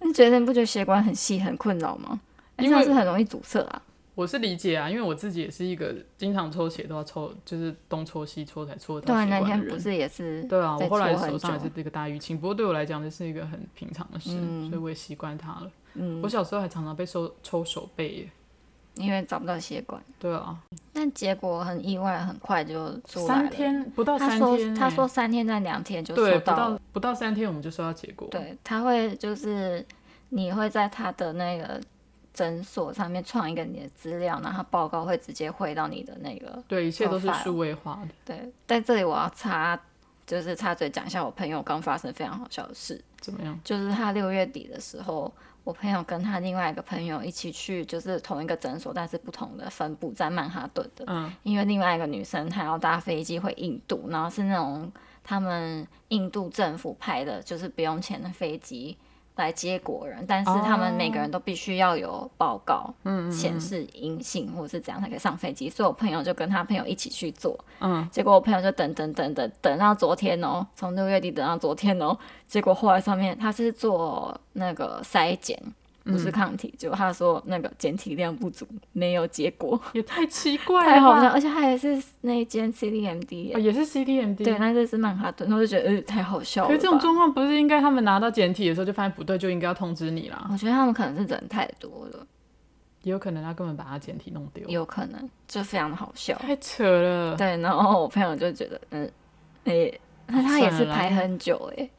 你觉得你不觉得血管很细很困扰吗？哎因这样为是很容易阻塞啊。我是理解啊，因为我自己也是一个经常抽血都要抽，就是东抽西抽才抽得对到啊，血那管的天人。不是也是对啊，我在后来搓很手上也久是这个大淤青，不过对我来讲这是一个很平常的事，所以我也习惯它了。嗯，我小时候还常常被抽抽手背耶，因为找不到血管，对啊，但结果很意外，很快就出来三了。天不到他三说天耶，欸他说三天再两天就对，收不到到了。不到三天我们就收到结果，对，他会就是你会在他的那个诊所上面创一个你的资料，然后他报告会直接汇到你的那个对，一切都是 Profile 数位化的，对。在这里我要插，就是插嘴讲一下我朋友刚发生非常好笑的事。怎么样？就是他六月底的时候，我朋友跟他另外一个朋友一起去，就是同一个诊所，但是不同的分部，在曼哈顿的。嗯，因为另外一个女生她要搭飞机回印度，然后是那种他们印度政府派的，就是不用钱的飞机来接国人，但是他们每个人都必须要有报告，哦嗯，显示阴性或是怎样才可以上飞机。所以我朋友就跟他朋友一起去做，嗯，结果我朋友就等等等等等到昨天哦，从六月底等到昨天哦，结果后来上面他是做那个筛检。不是抗体，结果他说那个检体量不足，没有结果。也太奇怪太了好吧，笑，而且他也是那一间 CDMD，耶、哦也是 CDMD，对，那这是曼哈顿，我就觉得呃太好笑了吧。可是这种状况不是应该他们拿到简体的时候就发现不对，就应该要通知你啦？我觉得他们可能是人太多了，也有可能他根本把他简体弄丢，有可能就非常的好笑。太扯了。对，然后我朋友就觉得，嗯，诶、那他也是排很久诶、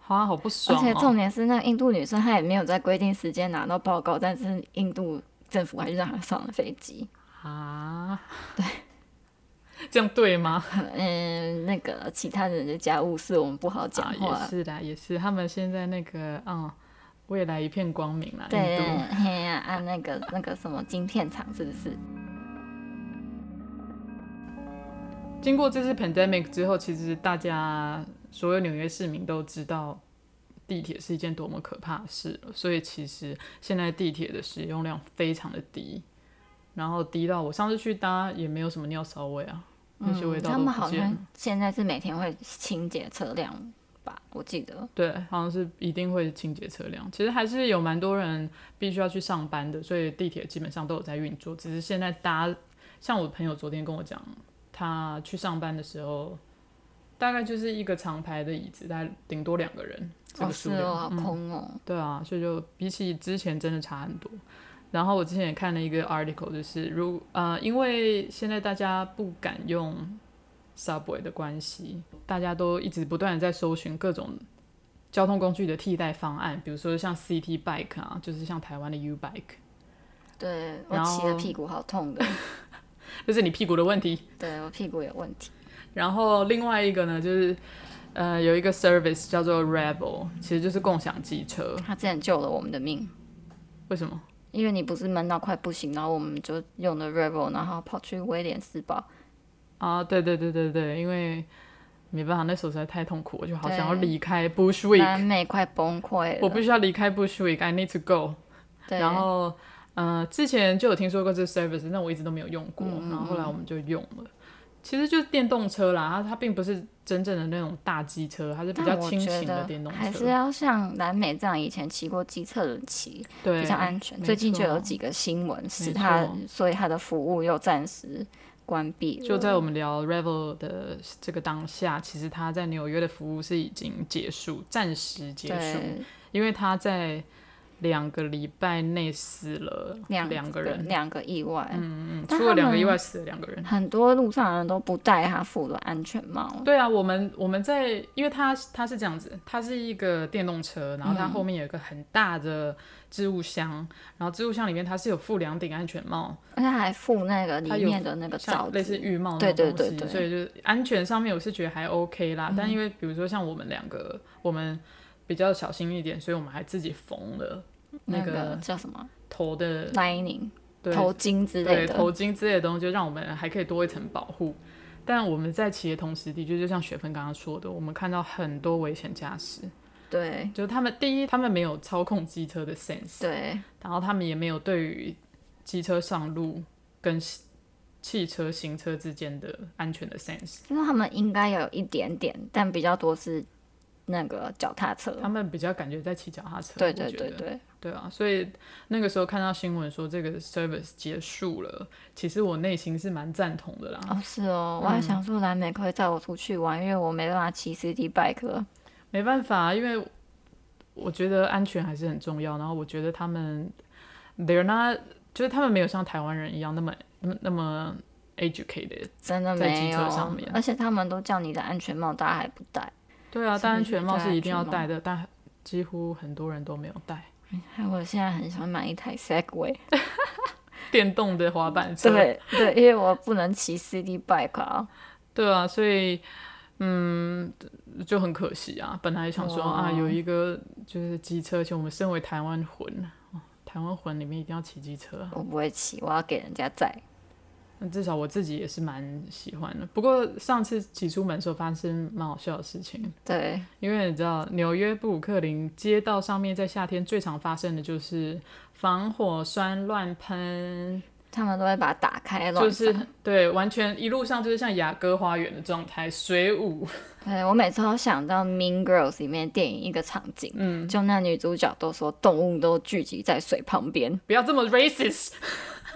好像好不而爽、哦。且重点是那个印度女生她也没有在规定时间拿到报告，但是印度政府还是让她上了飞机。啊，对， 这样对吗？嗯，那个其他人的家务事我们不好讲啊，话。也是啦，也是，他们现在那个嗯，未来一片光明啦，印对，度。嘿呀、按那个那个什么晶片厂是不是？经过这次 pandemic 之后，其实大家所有纽约市民都知道地铁是一件多么可怕的事了，所以其实现在地铁的使用量非常的低，然后低到我上次去搭也没有什么尿骚味啊，那些味道嗯他都们不好见了。像现在是每天会清洁车辆吧？我记得。对，好像是一定会清洁车辆。其实还是有蛮多人必须要去上班的，所以地铁基本上都有在运作。只是现在搭，像我朋友昨天跟我讲，他去上班的时候，大概就是一个长排的椅子，大概顶多两个人这哦，个是数量。哦，好空哦。对啊，所以就比起之前真的差很多。然后我之前也看了一个 article，就是如呃，因为现在大家不敢用 subway 的关系，大家都一直不断的在搜寻各种交通工具的替代方案，比如说像 city bike 啊，就是像台湾的 U bike，对我然后骑的屁股好 痛的，就是你屁股的问题。对我屁股有问题。然后另外一个呢，就是呃有一个 service 叫做 Rebel，其实就是共享机车。他之前救了我们的命，为什么？因为你不是闷到快不行，然后我们就用了 Rebel，然后跑去威廉斯堡。啊，对对对对对，因为没办法，那时候实在太痛苦，我就好对想要离开 Bushwick，南美快崩溃我了。必须要离开 Bushwick，I need to go。对，然后，呃，之前就有听说过这 service，但我一直都没有用过，嗯然后后来我们就用了。其实就是电动车啦，它它并不是真正的那种大机车，它是比较但我轻觉型的得电动还是车。要像南美这样以前骑过机车的人骑，对，比较安全。没最近就错有几个新闻使没它错，所以它的服务又暂时关闭了，就在我们聊 Revel 的这个当下，其实他在纽约的服务是已经结束，暂时结束，对因为他在两个礼拜内死了两个人，两个意外，嗯，但出了他两个们意外死了两个人。很多路上的人都不戴他附的安全帽，对啊，我们我们在，因为它它是这样子，它是一个电动车，然后嗯它后面有一个很大的置物箱，然后置物箱里面它是有附两顶安全帽，而且还附那个里它有面的那个罩像类似子，浴帽那对种对东西，对对嗯所以就是安全上面我是觉得还 OK 啦，但因为比如说像我们两个，我们比较小心一点，所以我们还自己缝了那那个叫什么头的 lining 对头巾之类对的，头巾之类的东西，就让我们还可以多一层保护。但我们在骑的同时，的确就像雪芬刚刚说的，我们看到很多危险驾驶，对就是他们第一，他们没有操控机车的 sense，对然后他们也没有对于机车上路跟汽汽车行车之间的安全的 sense，因为他们应该有一点点，但比较多是那个脚踏车。他们比较感觉在骑脚踏车，对我对觉对得对，对啊，所以那个时候看到新闻说这个 service 结束了，其实我内心是蛮赞同的啦。哦是哦，我还想说蓝莓可不可以载我出去玩，因为我没办法骑 city bike 了。没办法，因为我觉得安全还是很重要。然后我觉得他们，they're not，就是他们没有像台湾人一样那么那么那么 educated。真的在机没有车上面，而且他们都叫你的安全帽，大家还不戴，对啊，是戴安必须全帽戴是安一定全要帽戴的，但几乎很多人都没有戴。哎，我现在很想买一台 Segway，电动的滑板车，对对，因为我不能骑 city bike 啊，对啊，所以嗯，就很可惜啊。本来想说哇啊，有一个就是机车，而且我们身为台湾魂，哦台湾魂里面一定要骑机车啊。我不会骑，我要给人家载。那至少我自己也是蛮喜欢的。不过上次骑出门的时候发生蛮好笑的事情，对，因为你知道纽约布鲁克林街道上面在夏天最常发生的就是防火栓乱喷，他们都会把它打开乱就放。是对，完全一路上就是像雅歌花园的状态，水舞。对我每次都想到《Mean Girls》里面电影一个场景，嗯，就那女主角都说动物都聚集在水旁边。 不要这么 racist，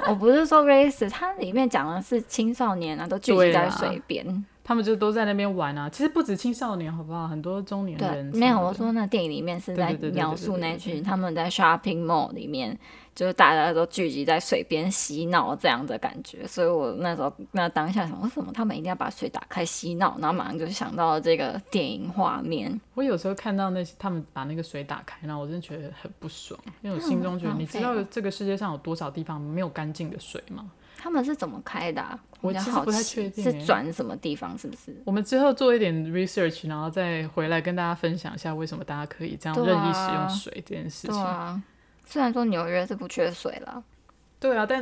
我不是说 race，它里面讲的是青少年啊，都聚对集在啦水边。他们就都在那边玩啊。其实不止青少年，好不好？很多中年对人，没有，什么我的说那电影里面是对在对对对对描对述对那对群他们在 shopping mall 里面，就是大家都聚集在水边洗脑这样的感觉。所以我那时候那当下想，为什么他们一定要把水打开洗脑？然后马上就想到了这个电影画面，我有时候看到那些他们把那个水打开，然后我真的觉得很不爽，因为我心中觉得，嗯你知道这个世界上有多少地方没有干净的水吗？他们是怎么开的、啊？我比较其实好不太奇确定欸是转什么地方，是不是？我们之后做一点 research，然后再回来跟大家分享一下为什么大家可以这样对任啊意使用水这件事对情。啊，虽然说纽约是不缺水了，对啊，但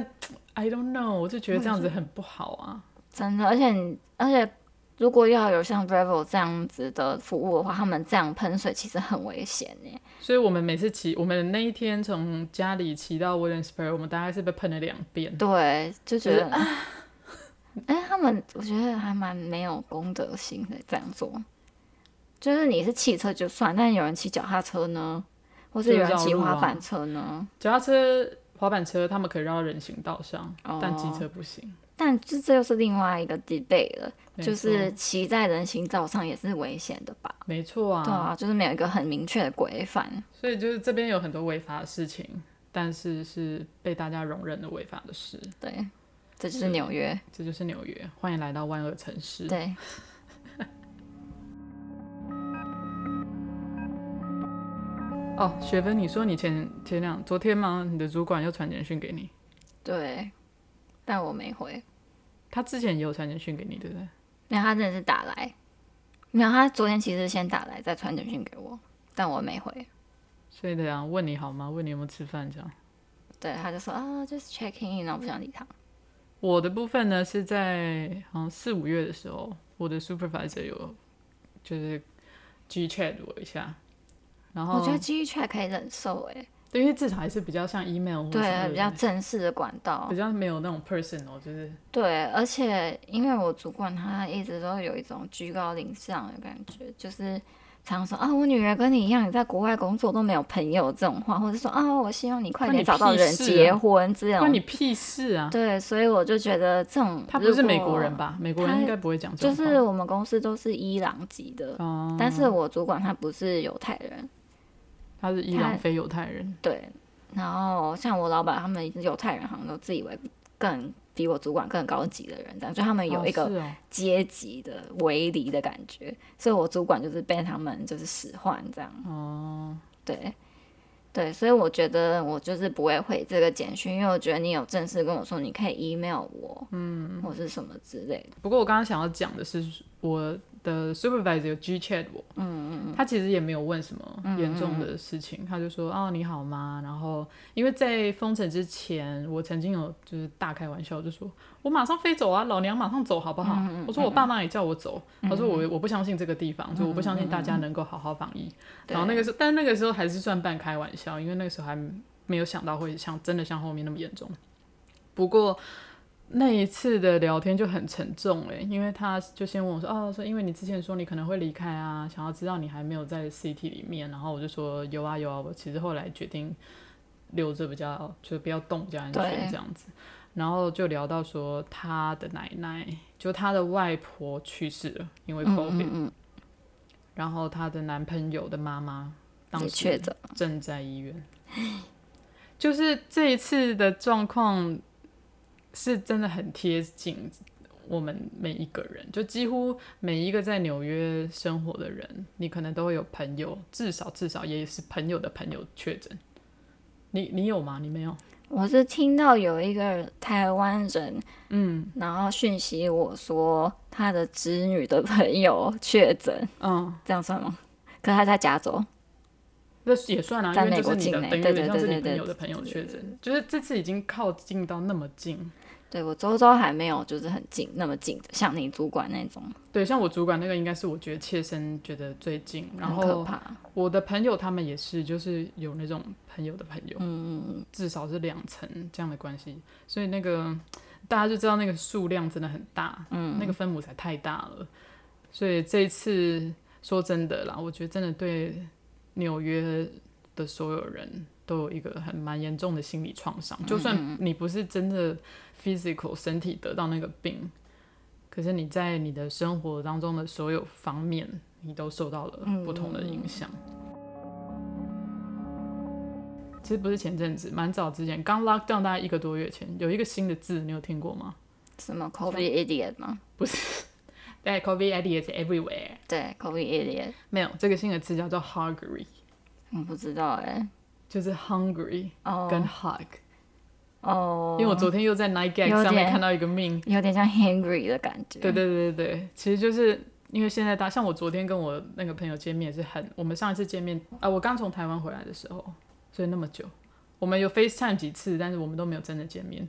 I don't know，我就觉得这样子很不好啊。真的，而且你而且如果要有像 Revel 这样子的服务的话，他们这样喷水其实很危险欸呢、所以我们每次骑，我们那一天从家里骑到 Williamsburg，我们大概是被喷了两遍。对，就觉是啊得， 哎、他们我觉得还蛮没有公德心的这样做。就是你是汽车就算，但有人骑脚踏车呢，或是就有人绕骑路滑啊板车呢？脚踏车、滑板车他们可以绕到人行道上，哦但机车不行。但这这又是另外一个 debate 了，没就错是骑在人行道上也是危险的吧？没错对啊，就是没有一个很明确的规范。所以就是这边有很多违法的事情，但是是被大家容忍的违法的事，对，这就是纽约。这就是纽约。欢迎来到万恶城市。对，哦，雪芬，你说你前前两昨天吗？你的主管又传简讯给你，对，但我没回。他之前也有传简讯给你，对不对？没有，他真的是打来，没有，他昨天其实先打来，再传简讯给我，但我没回。所以这样问你好吗？问你有没有吃饭这样。对，他就说啊，just checking in，然后不想理他。我的部分呢是在好像四五月的时候，我的 supervisor 有就是 G chat 我一下，然后我觉得 G check 可以忍受诶、对因为至少还是比较像 email 或什么对，的比较正式的管道比。较没有那种 personal，就是对，而且因为我主管他一直都有一种居高临上的感觉，就是常说啊，我女儿跟你一样，你在国外工作都没有朋友这种话，或者说啊，我希望你快关你点找到屁人事啊结婚这关种。你屁事啊！对，所以我就觉得这种他不是如美果国人吧？美国人他应该不会讲这就种话。是我们公司都是伊朗籍的，哦但是我主管他不是犹太人，他是伊朗他非犹太人，对。然后像我老板他们犹太人好像都自以为更比我主管更高级的人，这样就他们有哦一个是哦阶级的围篱的感觉，所以我主管就是被他们就是使唤这样。哦，对，对，所以我觉得我就是不会回这个简讯，因为我觉得你有正式跟我说，你可以 email 我，嗯，或是什么之类的。不过我刚刚想要讲的是，我的 supervisor 有 G chat 我，嗯嗯，他其实也没有问什么严重的事情，他就说哦你好吗？然后因为在封城之前，我曾经有就是大开玩笑就说，我马上飞走啊，老娘马上走好不好？我说我爸妈也叫我走，他说我我不相信这个地方，就我不相信大家能够好好防疫。对然后那个时候，但那个时候还是算半开玩笑，因为那个时候还没有想到会像真的像后面那么严重。不过那一次的聊天就很沉重诶，因为他就先问我说：“哦，说因为你之前说你可能会离开啊，想要知道你还没有在 CT 里面。”然后我就说：“有啊有啊，我其实后来决定留着比较，就是不要动比较安全对这样子。”然后就聊到说他的奶奶，就他的外婆去世了，因为 COVID，、然后她的男朋友的妈妈当也时确诊，正在医院。 就是这一次的状况是真的很贴近我们每一个人，就几乎每一个在纽约生活的人，你可能都会有朋友，至少至少也是朋友的朋友确诊。你你有吗？你没有？我是听到有一个台湾人，嗯，然后讯息我说他的侄女的朋友确诊，嗯，这样算吗？可是他在加州，那也算啊，在因为美就是国你的，境内等于有对点对像是对你对朋友的朋友确诊，就是这次已经靠近到那么近，对我周遭还没有就是很近那么近的，像你主管那种，对，像我主管那个应该是我觉得切身觉得最近，然很可后怕。我的朋友他们也是，就是有那种朋友的朋友，嗯，至少是两层这样的关系，所以那个大家就知道那个数量真的很大，嗯，那个分母才太大了，所以这一次说真的啦，我觉得真的对纽约的所有人都有一个很蛮严重的心理创伤，就算你不是真的 physical 身体得到那个病，可是你在你的生活当中的所有方面，你都受到了不同的影响。其实不是前阵子，蛮早之前，刚 lock down 大概一个多月前，有一个新的字，你有听过吗？什么 COVID idiot 吗？对，COVID ideas everywhere。对，COVID idiot，没有，这个新的字叫做 hungry，我不知道哎、就是 hungry 哦跟 hug。哦，因为我昨天又在 Night Gag 有点上面看到一个命，有点像 hungry 的感觉。对对对对对，其实就是因为现在大，像我昨天跟我那个朋友见面也是很，我们上一次见面啊，我刚从台湾回来的时候，所以那么久，我们有 FaceTime 几次，但是我们都没有真的见面。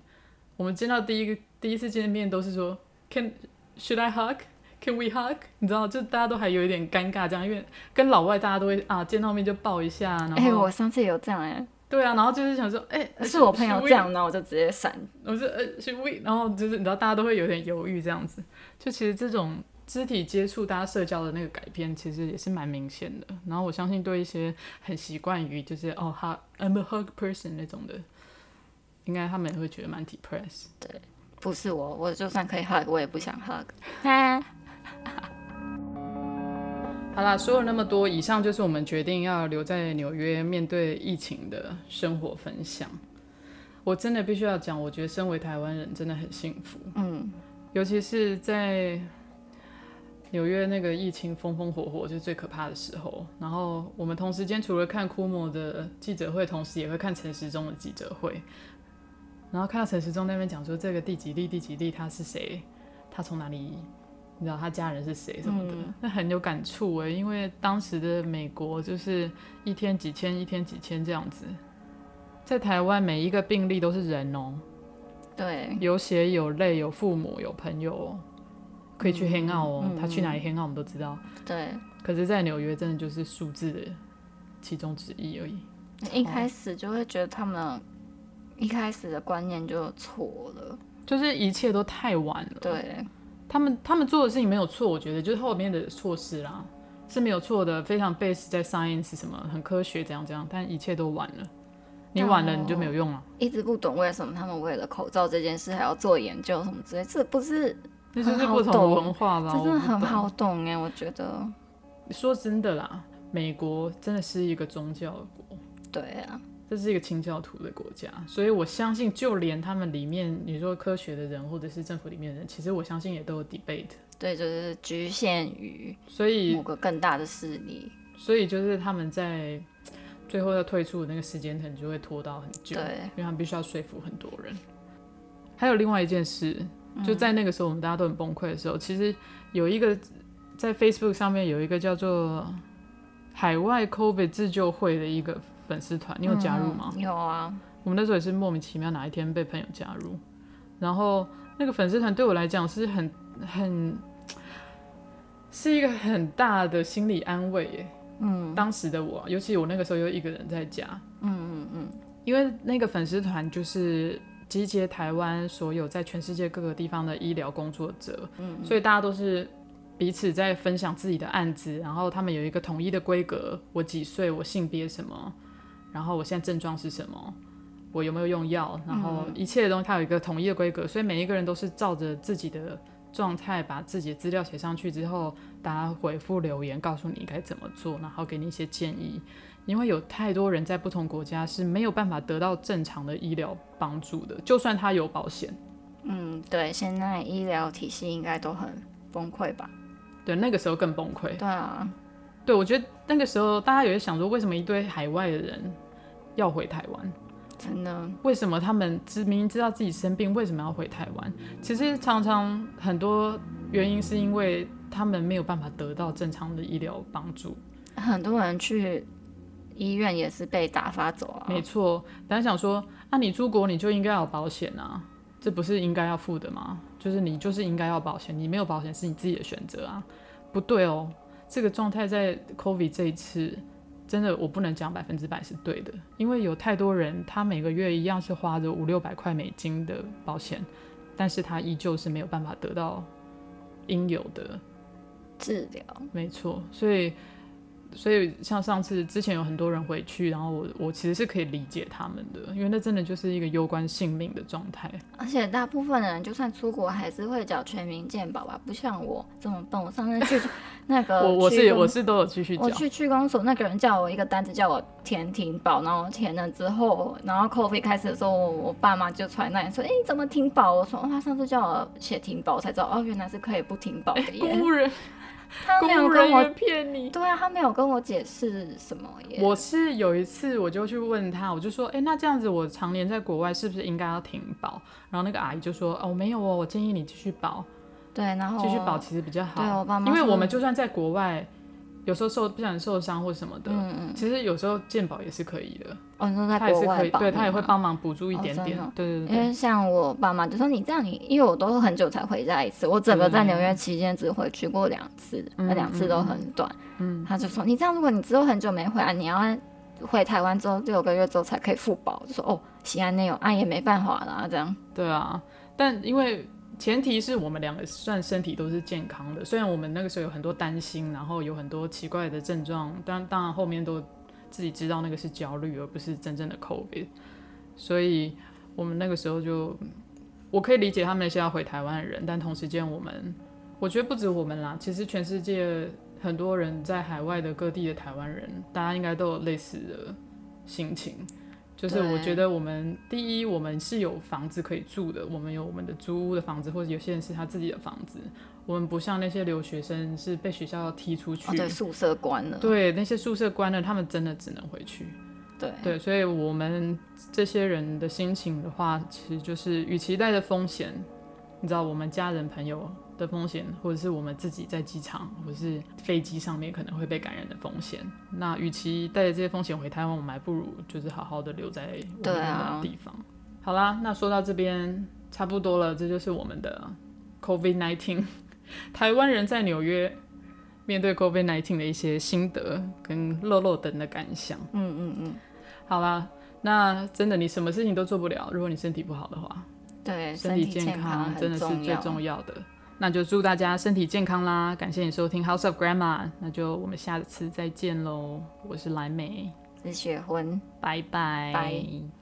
我们见到第一个第一次见面都是说 Can should I hug? Can we hug？你知道，就大家都还有一点尴尬这样，因为跟老外大家都会啊见到面就抱一下，然哎、后、我上次有这样哎、对啊，然后就是想说，哎、是我朋友 should we- 这样，然后我就直接闪。我是呃是 we，然后就是你知道大家都会有点犹豫这样子，就其实这种肢体接触大家社交的那个改变，其实也是蛮明显的。然后我相信对一些很习惯于就是哦哈 I'm a hug person 那种的，应该他们也会觉得蛮 depressed。不是我，我就算可以 hug，我也不想 hug。哈，好啦，说了那么多，以上就是我们决定要留在纽约面对疫情的生活分享。我真的必须要讲，我觉得身为台湾人真的很幸福，嗯，尤其是在纽约那个疫情风风火火，就是最可怕的时候。然后我们同时间除了看库莫的记者会，同时也会看陈时中的记者会。然后看到陈时中那边讲说这个第几例第几例他是谁，他从哪里，你知道他家人是谁什么的，那很有感触诶，因为当时的美国就是一天几千一天几千这样子，在台湾每一个病例都是人哦、对，有血有泪，有父母有朋友哦，可以去 hang out 哦。他去哪里 hang out 我们都知道，对。可是，在纽约真的就是数字的其中之一而已。一开始就会觉得他们一开始的观念就错了。就是一切都太晚了。对，他们他们做的事情没有错，我觉得就是后面的措施啦，是没有错的，非常 base 在 science 什么很科学怎样怎样，但一切都晚了，你晚了你就没有用了，一直不懂为什么他们为了口罩这件事还要做研究什么之类，这不是那就是不同的文化吧，这真我的不懂很好懂哎，我觉得，说真的啦，美国真的是一个宗教的国，对啊，这是一个清教徒的国家，所以我相信，就连他们里面你说科学的人或者是政府里面的人，其实我相信也都有 debate。对，就是局限于所以某个更大的势力，所以就是他们在最后要退出的那个时间，可能就会拖到很久，对因为他们必须要说服很多人。还有另外一件事，就在那个时候我们大家都很崩溃的时候，其实有一个在 Facebook 上面有一个叫做海外 COVID 自救会的一个粉丝团，你有加入吗？嗯有啊，我们那时候也是莫名其妙哪一天被朋友加入，然后那个粉丝团对我来讲是很很是一个很大的心理安慰耶。嗯，当时的我，尤其我那个时候又一个人在家，嗯嗯嗯，因为那个粉丝团就是。集结台湾所有在全世界各个地方的医疗工作者，嗯所以大家都是彼此在分享自己的案子，然后他们有一个统一的规格，我几岁，我性别什么，然后我现在症状是什么，我有没有用药，然后一切的东西它有一个统一的规格，所以每一个人都是照着自己的状态把自己的资料写上去之后，大家回复留言告诉你该怎么做，然后给你一些建议。因为有太多人在不同国家是没有办法得到正常的医疗帮助的，就算他有保险，嗯，对，现在医疗体系应该都很崩溃吧？对那个时候更崩溃。对啊，对我觉得那个时候大家也会想说，为什么一堆海外的人要回台湾？真的，为什么他们知明明知道自己生病，为什么要回台湾？其实常常很多原因是因为他们没有办法得到正常的医疗帮助。很多人去医院也是被打发走啊，没错，大家想说，那、你出国你就应该要有保险啊，这不是应该要付的吗？就是你就是应该要保险，你没有保险是你自己的选择啊，不对哦。这个状态在 COVID 这一次，真的我不能讲百分之百是对的，因为有太多人他每个月一样是花着五六百块美金的保险，但是他依旧是没有办法得到应有的治疗，没错，所以所以像上次之前有很多人回去，然后我我其实是可以理解他们的，因为那真的就是一个攸关性命的状态。而且大部分的人就算出国还是会缴全民健保吧，不像我这么笨。我上次 去那个我我是呃去我是都有继续我讲，去去公所，那个人叫我一个单子，叫我填停保，然后填了之后，然后 COVID 开始的时候，我我爸妈就传来说，哎、你怎么停保？我说，哦，他上次叫我写停保，我才知道，哦，原来是可以不停保的公耶。务人他没公有务跟人我，员骗你。对啊，他没有跟我解释什么耶。我是有一次，我就去问他，我就说，哎、那这样子，我常年在国外是不是应该要停保？然后那个阿姨就说，哦，没有哦，我建议你继续保，对，然后继续保其实比较好。哦对我爸妈因为说我们就算在国外，有时候受不小心受伤或什么嗯的，其实有时候健保也是可以的。哦，你说在他也国是可外以，保对你他也会吗帮忙补助一哦点真点，的对对因对。为像我爸妈就说你这样你，因为我都很久才回家一次，我整个嗯在纽约期间只回去过两次，那两次都很短。嗯，他就说你这样，如果你之后很久没回来，你要回台湾之后六个月之后才可以复保。我就说哦，西安内有啊，也没办法啦，这样。对啊，但因为前提是我们两个算身体都是健康的，虽然我们那个时候有很多担心，然后有很多奇怪的症状，但当然后面都自己知道那个是焦虑，而不是真正的 COVID，所以我们那个时候就，我可以理解他们那些要回台湾的人，但同时间我们，我觉得不止我们啦，其实全世界很多人在海外的各地的台湾人，大家应该都有类似的心情。就是对我觉得我们第一，我们是有房子可以住的，我们有我们的租屋的房子，或者有些人是他自己的房子。我们不像那些留学生是被学校踢出去，哦，对，宿舍关了。对那些宿舍关了，他们真的只能回去。对对，所以我们这些人的心情的话，其实就是与其带着风险，你知道我们家人朋友的风险，或者是我们自己在机场或者是飞机上面可能会被感染的风险。那与其带着这些风险回台湾，我们还不如就是好好的留在我们对原啊本的地方。好啦，那说到这边差不多了，这就是我们的 COVID nineteen，台 湾人在纽约面对 COVID nineteen 的一些心得跟漏漏等的感想。嗯嗯嗯，好啦，那真的你什么事情都做不了，如果你身体不好的话，对，身体健康真的是很重最要。重要的。那就祝大家身体健康啦！感谢你收听 House of Grandma，那就我们下次再见喽！我是蓝美，是雪婚。拜拜。拜